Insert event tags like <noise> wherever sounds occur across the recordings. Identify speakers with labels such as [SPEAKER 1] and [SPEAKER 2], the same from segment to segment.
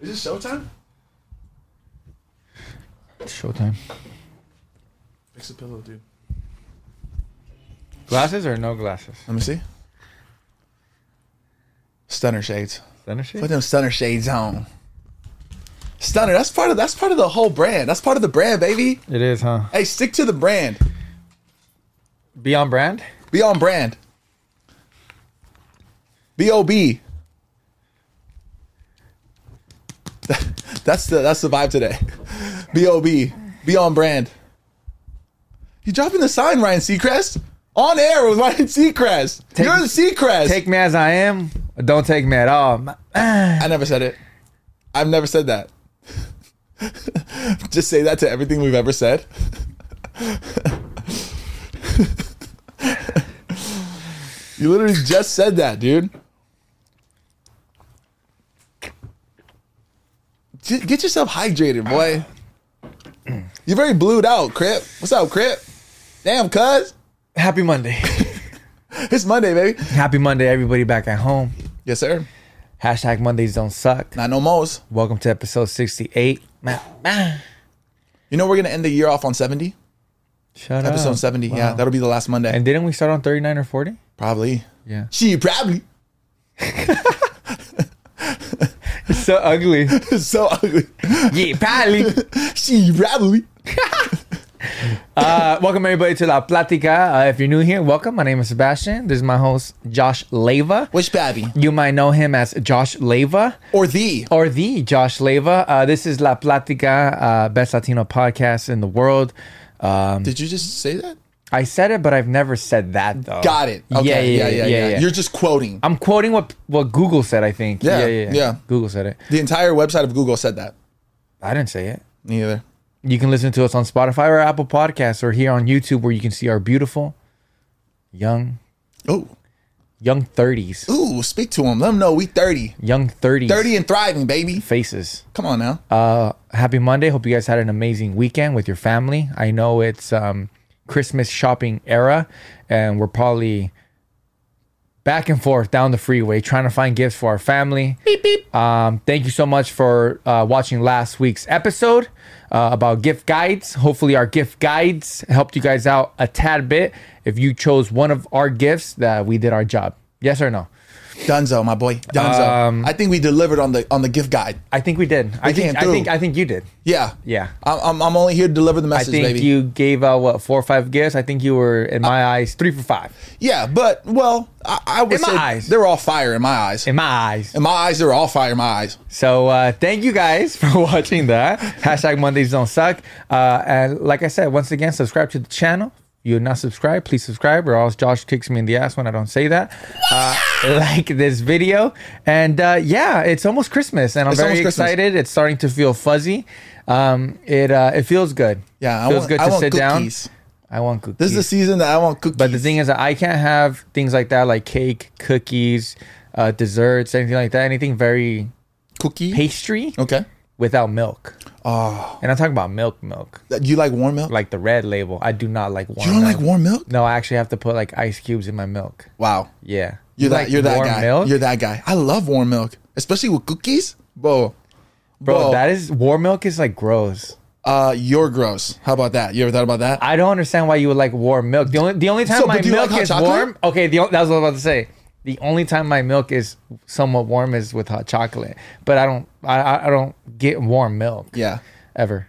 [SPEAKER 1] Is this showtime?
[SPEAKER 2] It's showtime.
[SPEAKER 1] Fix the pillow, dude.
[SPEAKER 2] Glasses or no glasses?
[SPEAKER 1] Let me see. Stunner shades.
[SPEAKER 2] Center shade?
[SPEAKER 1] Put them stunner shades on. Stunner. That's part of. That's part of the whole brand. That's part of the brand, baby.
[SPEAKER 2] It is, huh?
[SPEAKER 1] Hey, stick to the brand.
[SPEAKER 2] Be on brand?
[SPEAKER 1] Be on brand. B O B. <laughs> That's the that's the vibe today. <laughs> B O B. Be on brand. You dropping the sign, Ryan Seacrest? On air with Ryan Seacrest. You're the Seacrest.
[SPEAKER 2] Take me as I am, or don't take me at all.
[SPEAKER 1] I never said it. I've never said that. <laughs> Just say that to everything we've ever said. <laughs> you literally just said that, dude. J- Get yourself hydrated, boy. You're very blued out, Crip. What's up, Crip? Damn, cuz.
[SPEAKER 2] <clears throat> Happy <laughs> Monday.
[SPEAKER 1] It's Monday, baby.
[SPEAKER 2] Happy Monday, everybody back at home.
[SPEAKER 1] Yes, sir.
[SPEAKER 2] Hashtag Mondays don't suck.
[SPEAKER 1] Not no mo's.
[SPEAKER 2] Welcome to episode 68. Ma- ma-
[SPEAKER 1] You know we're gonna end the year off on 70?
[SPEAKER 2] Shut up.
[SPEAKER 1] Episode 70. Yeah,
[SPEAKER 2] Wow.
[SPEAKER 1] that'll be the last Monday.
[SPEAKER 2] and didn't we start on 39 or 40?
[SPEAKER 1] Probably.
[SPEAKER 2] Yeah.
[SPEAKER 1] She probably
[SPEAKER 2] <laughs>
[SPEAKER 1] <laughs>
[SPEAKER 2] So ugly. <laughs>
[SPEAKER 1] is so ugly.
[SPEAKER 2] yeah, probably.
[SPEAKER 1] She probably.
[SPEAKER 2] Uh, welcome everybody to La Platica. Uh, if you're new here, welcome. My name is Sebastian. This is my host, Josh Leva.
[SPEAKER 1] Which Babby?
[SPEAKER 2] You might know him as Josh Leva.
[SPEAKER 1] Or the.
[SPEAKER 2] or the Josh Leva. Uh, this is La Platica, uh, best Latino podcast in the world. Um,
[SPEAKER 1] Did you just say that?
[SPEAKER 2] I said it, but I've never said that though.
[SPEAKER 1] Got it. Okay. Yeah, yeah, yeah, yeah. You're just quoting.
[SPEAKER 2] I'm quoting what what Google said. I think.
[SPEAKER 1] Yeah, yeah.
[SPEAKER 2] Google said it.
[SPEAKER 1] The entire website of Google said that.
[SPEAKER 2] I didn't say it.
[SPEAKER 1] Neither.
[SPEAKER 2] You can listen to us on Spotify or Apple Podcasts or here on YouTube, where you can see our beautiful, young,
[SPEAKER 1] Ooh.
[SPEAKER 2] young thirties,
[SPEAKER 1] Ooh, speak to them. Let them know we 30.
[SPEAKER 2] young thirties,
[SPEAKER 1] 30 and thriving, baby.
[SPEAKER 2] faces.
[SPEAKER 1] Come on now.
[SPEAKER 2] Uh, happy Monday. Hope you guys had an amazing weekend with your family. I know it's um, Christmas shopping era, and we're probably back and forth down the freeway trying to find gifts for our family. Beep, beep. Um, thank you so much for uh, watching last week's episode uh, about gift guides. Hopefully, our gift guides helped you guys out a tad bit. If you chose one of our gifts, that we did our job. Yes or no?
[SPEAKER 1] Dunzo, my boy. Dunzo.
[SPEAKER 2] um,
[SPEAKER 1] I think we delivered on the on the gift guide.
[SPEAKER 2] I think we did. I
[SPEAKER 1] came
[SPEAKER 2] think. I
[SPEAKER 1] through.
[SPEAKER 2] think. I think you did.
[SPEAKER 1] Yeah.
[SPEAKER 2] Yeah.
[SPEAKER 1] I'm, I'm, I'm only here to deliver the
[SPEAKER 2] I
[SPEAKER 1] message,
[SPEAKER 2] think
[SPEAKER 1] baby.
[SPEAKER 2] you gave out what four or five gifts. I think you were, in my
[SPEAKER 1] Uh,
[SPEAKER 2] eyes, three for five.
[SPEAKER 1] yeah, but, well, I, I would
[SPEAKER 2] In my
[SPEAKER 1] say
[SPEAKER 2] eyes.
[SPEAKER 1] they're all fire in my eyes.
[SPEAKER 2] In my eyes.
[SPEAKER 1] in my eyes, they're all fire in my eyes.
[SPEAKER 2] So uh, thank you guys <laughs> for watching that. Hashtag Mondays don't suck. Uh, and like I said, once again, subscribe to the channel. If You're not subscribed, please subscribe, or else Josh kicks me in the ass when I don't say that. Uh, like this video, and uh, yeah, it's almost Christmas, and I'm
[SPEAKER 1] It's
[SPEAKER 2] very
[SPEAKER 1] almost Christmas.
[SPEAKER 2] excited. It's starting to feel fuzzy. Um, it uh, it feels good.
[SPEAKER 1] Yeah, I
[SPEAKER 2] feels
[SPEAKER 1] want-
[SPEAKER 2] good
[SPEAKER 1] I
[SPEAKER 2] to
[SPEAKER 1] want
[SPEAKER 2] sit
[SPEAKER 1] cookies.
[SPEAKER 2] down. I want cookies.
[SPEAKER 1] This is the season that I want cookies.
[SPEAKER 2] But the thing is, that I can't have things like that, like cake, cookies, uh, desserts, anything like that, anything very
[SPEAKER 1] cookie.
[SPEAKER 2] pastry
[SPEAKER 1] Okay.
[SPEAKER 2] without milk.
[SPEAKER 1] Oh,
[SPEAKER 2] And I'm talking about milk, milk,
[SPEAKER 1] do Uh, you like warm milk?
[SPEAKER 2] like the red label. I do not like warm.
[SPEAKER 1] you don't
[SPEAKER 2] milk.
[SPEAKER 1] like warm milk?
[SPEAKER 2] No, I actually have to put like ice cubes in my milk.
[SPEAKER 1] Wow,
[SPEAKER 2] Yeah,
[SPEAKER 1] you're
[SPEAKER 2] You
[SPEAKER 1] that
[SPEAKER 2] like
[SPEAKER 1] you're that
[SPEAKER 2] warm
[SPEAKER 1] guy.
[SPEAKER 2] Milk?
[SPEAKER 1] You're that guy. I love warm milk, especially with cookies, bro.
[SPEAKER 2] Bro,
[SPEAKER 1] Bro.
[SPEAKER 2] that is warm milk is like gross.
[SPEAKER 1] Uh, you're gross. How about that? You ever thought about that?
[SPEAKER 2] I don't understand why you would like warm milk. The only the only time
[SPEAKER 1] So,
[SPEAKER 2] my
[SPEAKER 1] but do you
[SPEAKER 2] milk
[SPEAKER 1] like hot
[SPEAKER 2] is
[SPEAKER 1] chocolate?
[SPEAKER 2] warm. Okay, the, on- that was what I was about to say. The only time my milk is somewhat warm is with hot chocolate. But I don't I- I, I don't get warm milk.
[SPEAKER 1] yeah,
[SPEAKER 2] Ever.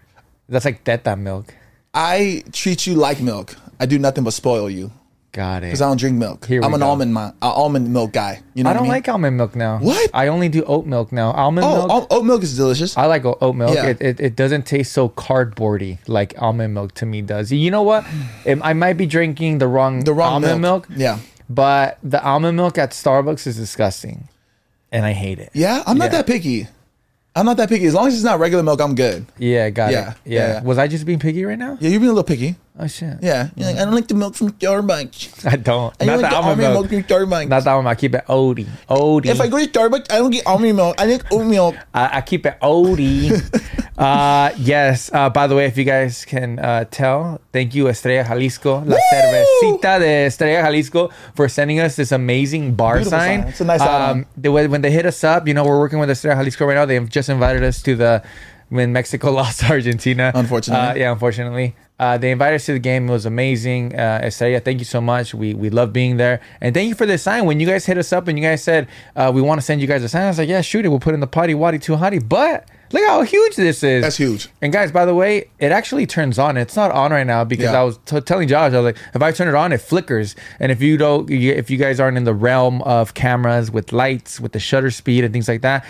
[SPEAKER 2] That's like teta milk.
[SPEAKER 1] I treat you like milk. I do nothing but spoil you
[SPEAKER 2] Got it.
[SPEAKER 1] because I don't drink milk.
[SPEAKER 2] Here we
[SPEAKER 1] I'm an
[SPEAKER 2] go.
[SPEAKER 1] almond mi- uh, almond milk guy. You know
[SPEAKER 2] I
[SPEAKER 1] what
[SPEAKER 2] don't
[SPEAKER 1] mean?
[SPEAKER 2] like almond milk now.
[SPEAKER 1] What?
[SPEAKER 2] I only do oat milk now. Almond
[SPEAKER 1] Oh,
[SPEAKER 2] milk. Uh,
[SPEAKER 1] al- oat milk is delicious.
[SPEAKER 2] I like o- oat milk.
[SPEAKER 1] Yeah.
[SPEAKER 2] It, it, it doesn't taste so cardboardy like almond milk to me does. You know what? It, I might be drinking the wrong
[SPEAKER 1] the wrong
[SPEAKER 2] almond milk.
[SPEAKER 1] Yeah,
[SPEAKER 2] But the almond milk at Starbucks is disgusting, and I hate it.
[SPEAKER 1] yeah. I'm not
[SPEAKER 2] Yeah.
[SPEAKER 1] that picky. I'm not that picky. As long as it's not regular milk, I'm good.
[SPEAKER 2] Yeah, got
[SPEAKER 1] Yeah,
[SPEAKER 2] it. Yeah.
[SPEAKER 1] yeah, yeah.
[SPEAKER 2] Was I just being picky right now?
[SPEAKER 1] Yeah, you've been a little picky.
[SPEAKER 2] Oh shit.
[SPEAKER 1] Yeah, You're like, I don't like the milk from Starbucks.
[SPEAKER 2] I don't.
[SPEAKER 1] <laughs> I
[SPEAKER 2] not
[SPEAKER 1] don't
[SPEAKER 2] the
[SPEAKER 1] like the
[SPEAKER 2] almond
[SPEAKER 1] almond
[SPEAKER 2] milk.
[SPEAKER 1] milk from Starbucks.
[SPEAKER 2] Not the almond. milk. I keep it Odie. Odie.
[SPEAKER 1] If I go to Starbucks, I don't get almond milk. I like oat milk. <laughs>
[SPEAKER 2] I, I keep it Odie. Uh, yes. Uh, by the way, if you guys can uh, tell, thank you, Estrella Jalisco, La
[SPEAKER 1] Woo!
[SPEAKER 2] Cervecita de Estrella Jalisco, for sending us this amazing bar
[SPEAKER 1] Beautiful
[SPEAKER 2] sign.
[SPEAKER 1] sign. It's a nice outline.
[SPEAKER 2] they, when when they hit us up, you know, we're working with Estrella Jalisco right now. They've just invited us to the when Mexico <laughs> lost to Argentina.
[SPEAKER 1] Unfortunately.
[SPEAKER 2] Uh, yeah, unfortunately. Uh, they invited us to the game. It was amazing. Uh, Estrella, thank you so much. We we love being there. And thank you for this sign. When you guys hit us up and you guys said, uh, we want to send you guys a sign, I was like, yeah, shoot it. We'll put it in the potty waddy too hotty. But look how huge this is.
[SPEAKER 1] That's huge.
[SPEAKER 2] And guys, by the way, it actually turns on. It's not on right now because
[SPEAKER 1] Yeah.
[SPEAKER 2] I was t- telling Josh, I was like, if I turn it on, it flickers. And if you don't, you, if you guys aren't in the realm of cameras with lights, with the shutter speed and things like that,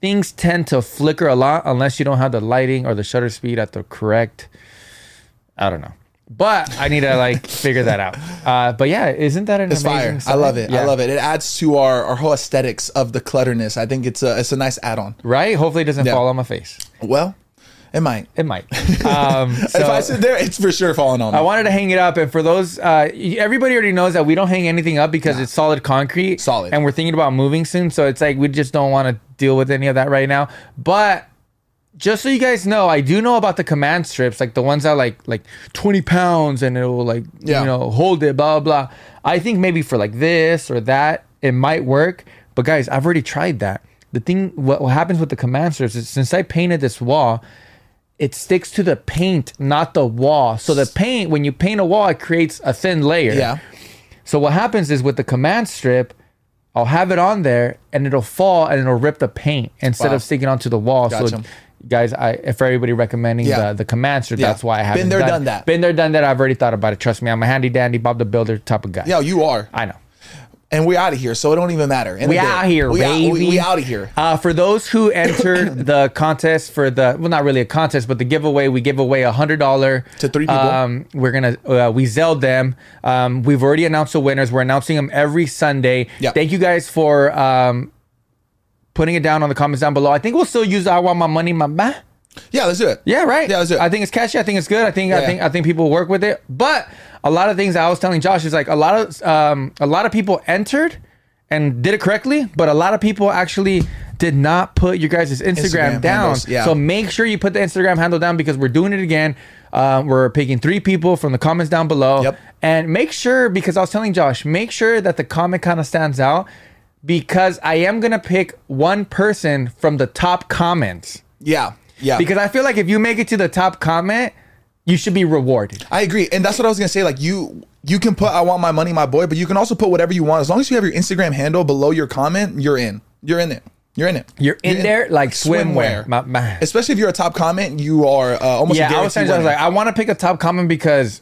[SPEAKER 2] things tend to flicker a lot unless you don't have the lighting or the shutter speed at the correct. I don't know. But I need
[SPEAKER 1] <laughs>
[SPEAKER 2] to like figure that out. Uh, but yeah, isn't that an
[SPEAKER 1] It's
[SPEAKER 2] amazing
[SPEAKER 1] fire. I
[SPEAKER 2] sign?
[SPEAKER 1] love it.
[SPEAKER 2] Yeah.
[SPEAKER 1] I love it. It adds to our, our whole aesthetics of the clutterness. I think it's a it's a nice add on.
[SPEAKER 2] Right? Hopefully, it doesn't
[SPEAKER 1] Yeah.
[SPEAKER 2] fall on my face.
[SPEAKER 1] Well, it might.
[SPEAKER 2] It
[SPEAKER 1] <laughs>
[SPEAKER 2] might. Um, so-
[SPEAKER 1] if I sit there, it's for sure falling on.
[SPEAKER 2] I
[SPEAKER 1] Me.
[SPEAKER 2] wanted to hang it up, and for those, uh, y- everybody already knows that we don't hang anything up because it's solid concrete,
[SPEAKER 1] Solid.
[SPEAKER 2] and we're thinking about moving soon. So it's like we just don't want to deal with any of that right now. But just so you guys know, I do know about the command strips, like the ones that like like twenty pounds, and it will like
[SPEAKER 1] Yeah.
[SPEAKER 2] you know hold it, blah blah. blah. I think maybe for like this or that, it might work. But guys, I've already tried that. The thing, what, what happens with the command strips is since I painted this wall, it sticks to the paint, not the wall. So the paint, when you paint a wall, it creates a thin layer.
[SPEAKER 1] Yeah.
[SPEAKER 2] So what happens is with the command strip, I'll have it on there and it'll fall and it'll rip the paint instead
[SPEAKER 1] Wow.
[SPEAKER 2] of sticking onto the wall. So
[SPEAKER 1] Gotcha.
[SPEAKER 2] guys, I for everybody recommending
[SPEAKER 1] Yeah.
[SPEAKER 2] the, the command strip,
[SPEAKER 1] Yeah.
[SPEAKER 2] that's why I haven't
[SPEAKER 1] Been there, done that.
[SPEAKER 2] Been there, done that. I've already thought about it. Trust me, I'm a handy dandy Bob the Builder type of guy.
[SPEAKER 1] Yeah, you are.
[SPEAKER 2] I know.
[SPEAKER 1] And we out of here, so it don't even matter. End
[SPEAKER 2] We
[SPEAKER 1] of day.
[SPEAKER 2] out here,
[SPEAKER 1] we
[SPEAKER 2] baby.
[SPEAKER 1] Out, we, out of here.
[SPEAKER 2] Uh, for those who
[SPEAKER 1] <coughs>
[SPEAKER 2] entered the contest for the well, not really a contest, but the giveaway, we give away a hundred dollar
[SPEAKER 1] To three people.
[SPEAKER 2] Um, we're gonna uh, we zelled them. Um, we've already announced the winners. We're announcing them every Sunday.
[SPEAKER 1] Yep.
[SPEAKER 2] Thank you guys for um, putting it down on the comments down below. I think we'll still use the "I want my money, mama."
[SPEAKER 1] Yeah, let's do it.
[SPEAKER 2] Yeah, right.
[SPEAKER 1] Yeah, let's do it.
[SPEAKER 2] I think it's catchy. I think it's good. I think I
[SPEAKER 1] Yeah.
[SPEAKER 2] think I think people work with it. But a lot of things I was telling Josh is like a lot of um a lot of people entered and did it correctly, but a lot of people actually did not put your guys' Instagram,
[SPEAKER 1] Instagram
[SPEAKER 2] down.
[SPEAKER 1] handles, yeah.
[SPEAKER 2] So make sure you put the Instagram handle down because we're doing it again. Uh, we're picking three people from the comments down below.
[SPEAKER 1] Yep.
[SPEAKER 2] And make sure, because I was telling Josh, make sure that the comment kind of stands out because I am going to pick one person from the top comments.
[SPEAKER 1] Yeah, yeah.
[SPEAKER 2] Because I feel like if you make it to the top comment, you should be rewarded.
[SPEAKER 1] I agree, and that's what I was gonna say. Like you, you can put "I want my money, my boy," but you can also put whatever you want as long as you have your Instagram handle below your comment. You're in. You're in it. You're in it.
[SPEAKER 2] You're in there like swimwear. My- my-
[SPEAKER 1] Especially if you're a top comment, you are uh, almost.
[SPEAKER 2] Yeah,
[SPEAKER 1] a
[SPEAKER 2] I was saying, I was like, I want to pick a top comment because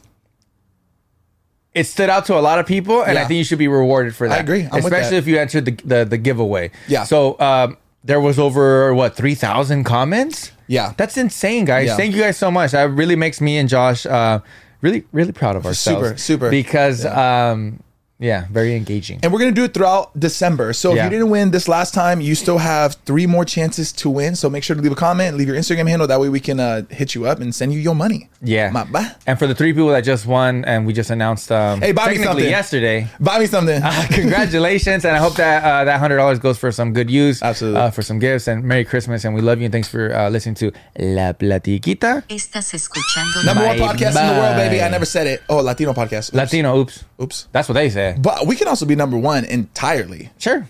[SPEAKER 2] it stood out to a lot of people, and I
[SPEAKER 1] Yeah.
[SPEAKER 2] think you should be rewarded for that.
[SPEAKER 1] agree. I'm with
[SPEAKER 2] especially
[SPEAKER 1] that.
[SPEAKER 2] if you entered the, the the giveaway.
[SPEAKER 1] Yeah.
[SPEAKER 2] So um, there was over what three thousand comments.
[SPEAKER 1] Yeah.
[SPEAKER 2] That's insane, guys.
[SPEAKER 1] Yeah.
[SPEAKER 2] Thank you guys so much. That really makes me and Josh uh, really really proud of ourselves.
[SPEAKER 1] super.
[SPEAKER 2] Because um, yeah, very engaging.
[SPEAKER 1] And we're gonna do it throughout December. So if
[SPEAKER 2] Yeah.
[SPEAKER 1] you didn't win this last time, you still have three more chances to win. So make sure to leave a comment, leave your Instagram handle. That way we can uh, hit you up and send you your money.
[SPEAKER 2] Yeah.
[SPEAKER 1] My ba-
[SPEAKER 2] And for the three people that just won, and we just announced um,
[SPEAKER 1] Hey, buy me
[SPEAKER 2] technically
[SPEAKER 1] something. <laughs>
[SPEAKER 2] yesterday.
[SPEAKER 1] Buy me something.
[SPEAKER 2] Ah, Congratulations, and I hope that uh, that hundred dollars goes for some good use,
[SPEAKER 1] Absolutely.
[SPEAKER 2] uh, for some gifts, and Merry Christmas, and we love you, and thanks for uh, listening to La Platiquita
[SPEAKER 3] Estás escuchando
[SPEAKER 1] <laughs> Number one
[SPEAKER 2] Bye,
[SPEAKER 1] podcast in the world, baby. I
[SPEAKER 2] bye.
[SPEAKER 1] never said it. Oh, Latino podcast. Oops.
[SPEAKER 2] Latino. Oops,
[SPEAKER 1] Oops.
[SPEAKER 2] that's what they say.
[SPEAKER 1] But we can also be number one entirely.
[SPEAKER 2] Sure.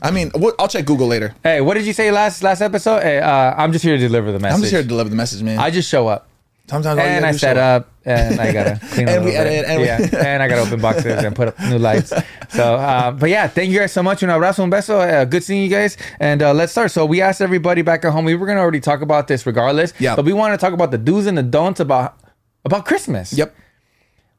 [SPEAKER 1] I mean, we'll, I'll check Google later.
[SPEAKER 2] Hey, what did you say last last episode? Hey, uh, I'm just here to deliver the message.
[SPEAKER 1] I'm just here to deliver the message, man.
[SPEAKER 2] I just show up,
[SPEAKER 1] Sometimes all you
[SPEAKER 2] and
[SPEAKER 1] gotta
[SPEAKER 2] I uh,
[SPEAKER 1] do is
[SPEAKER 2] set
[SPEAKER 1] show up.
[SPEAKER 2] up, and
[SPEAKER 1] <laughs>
[SPEAKER 2] I gotta clean
[SPEAKER 1] And
[SPEAKER 2] a
[SPEAKER 1] we
[SPEAKER 2] little bit.
[SPEAKER 1] edit, and we-
[SPEAKER 2] yeah, and I gotta open boxes and put up
[SPEAKER 1] <laughs>
[SPEAKER 2] new lights. So, uh, but yeah, thank you guys so much. Un abrazo, un beso. Uh, good seeing you guys, and uh, let's start. So we asked everybody back at home. We were gonna already talk about this regardless,
[SPEAKER 1] Yeah.
[SPEAKER 2] But we want to talk about the do's and the don'ts about about Christmas.
[SPEAKER 1] Yep.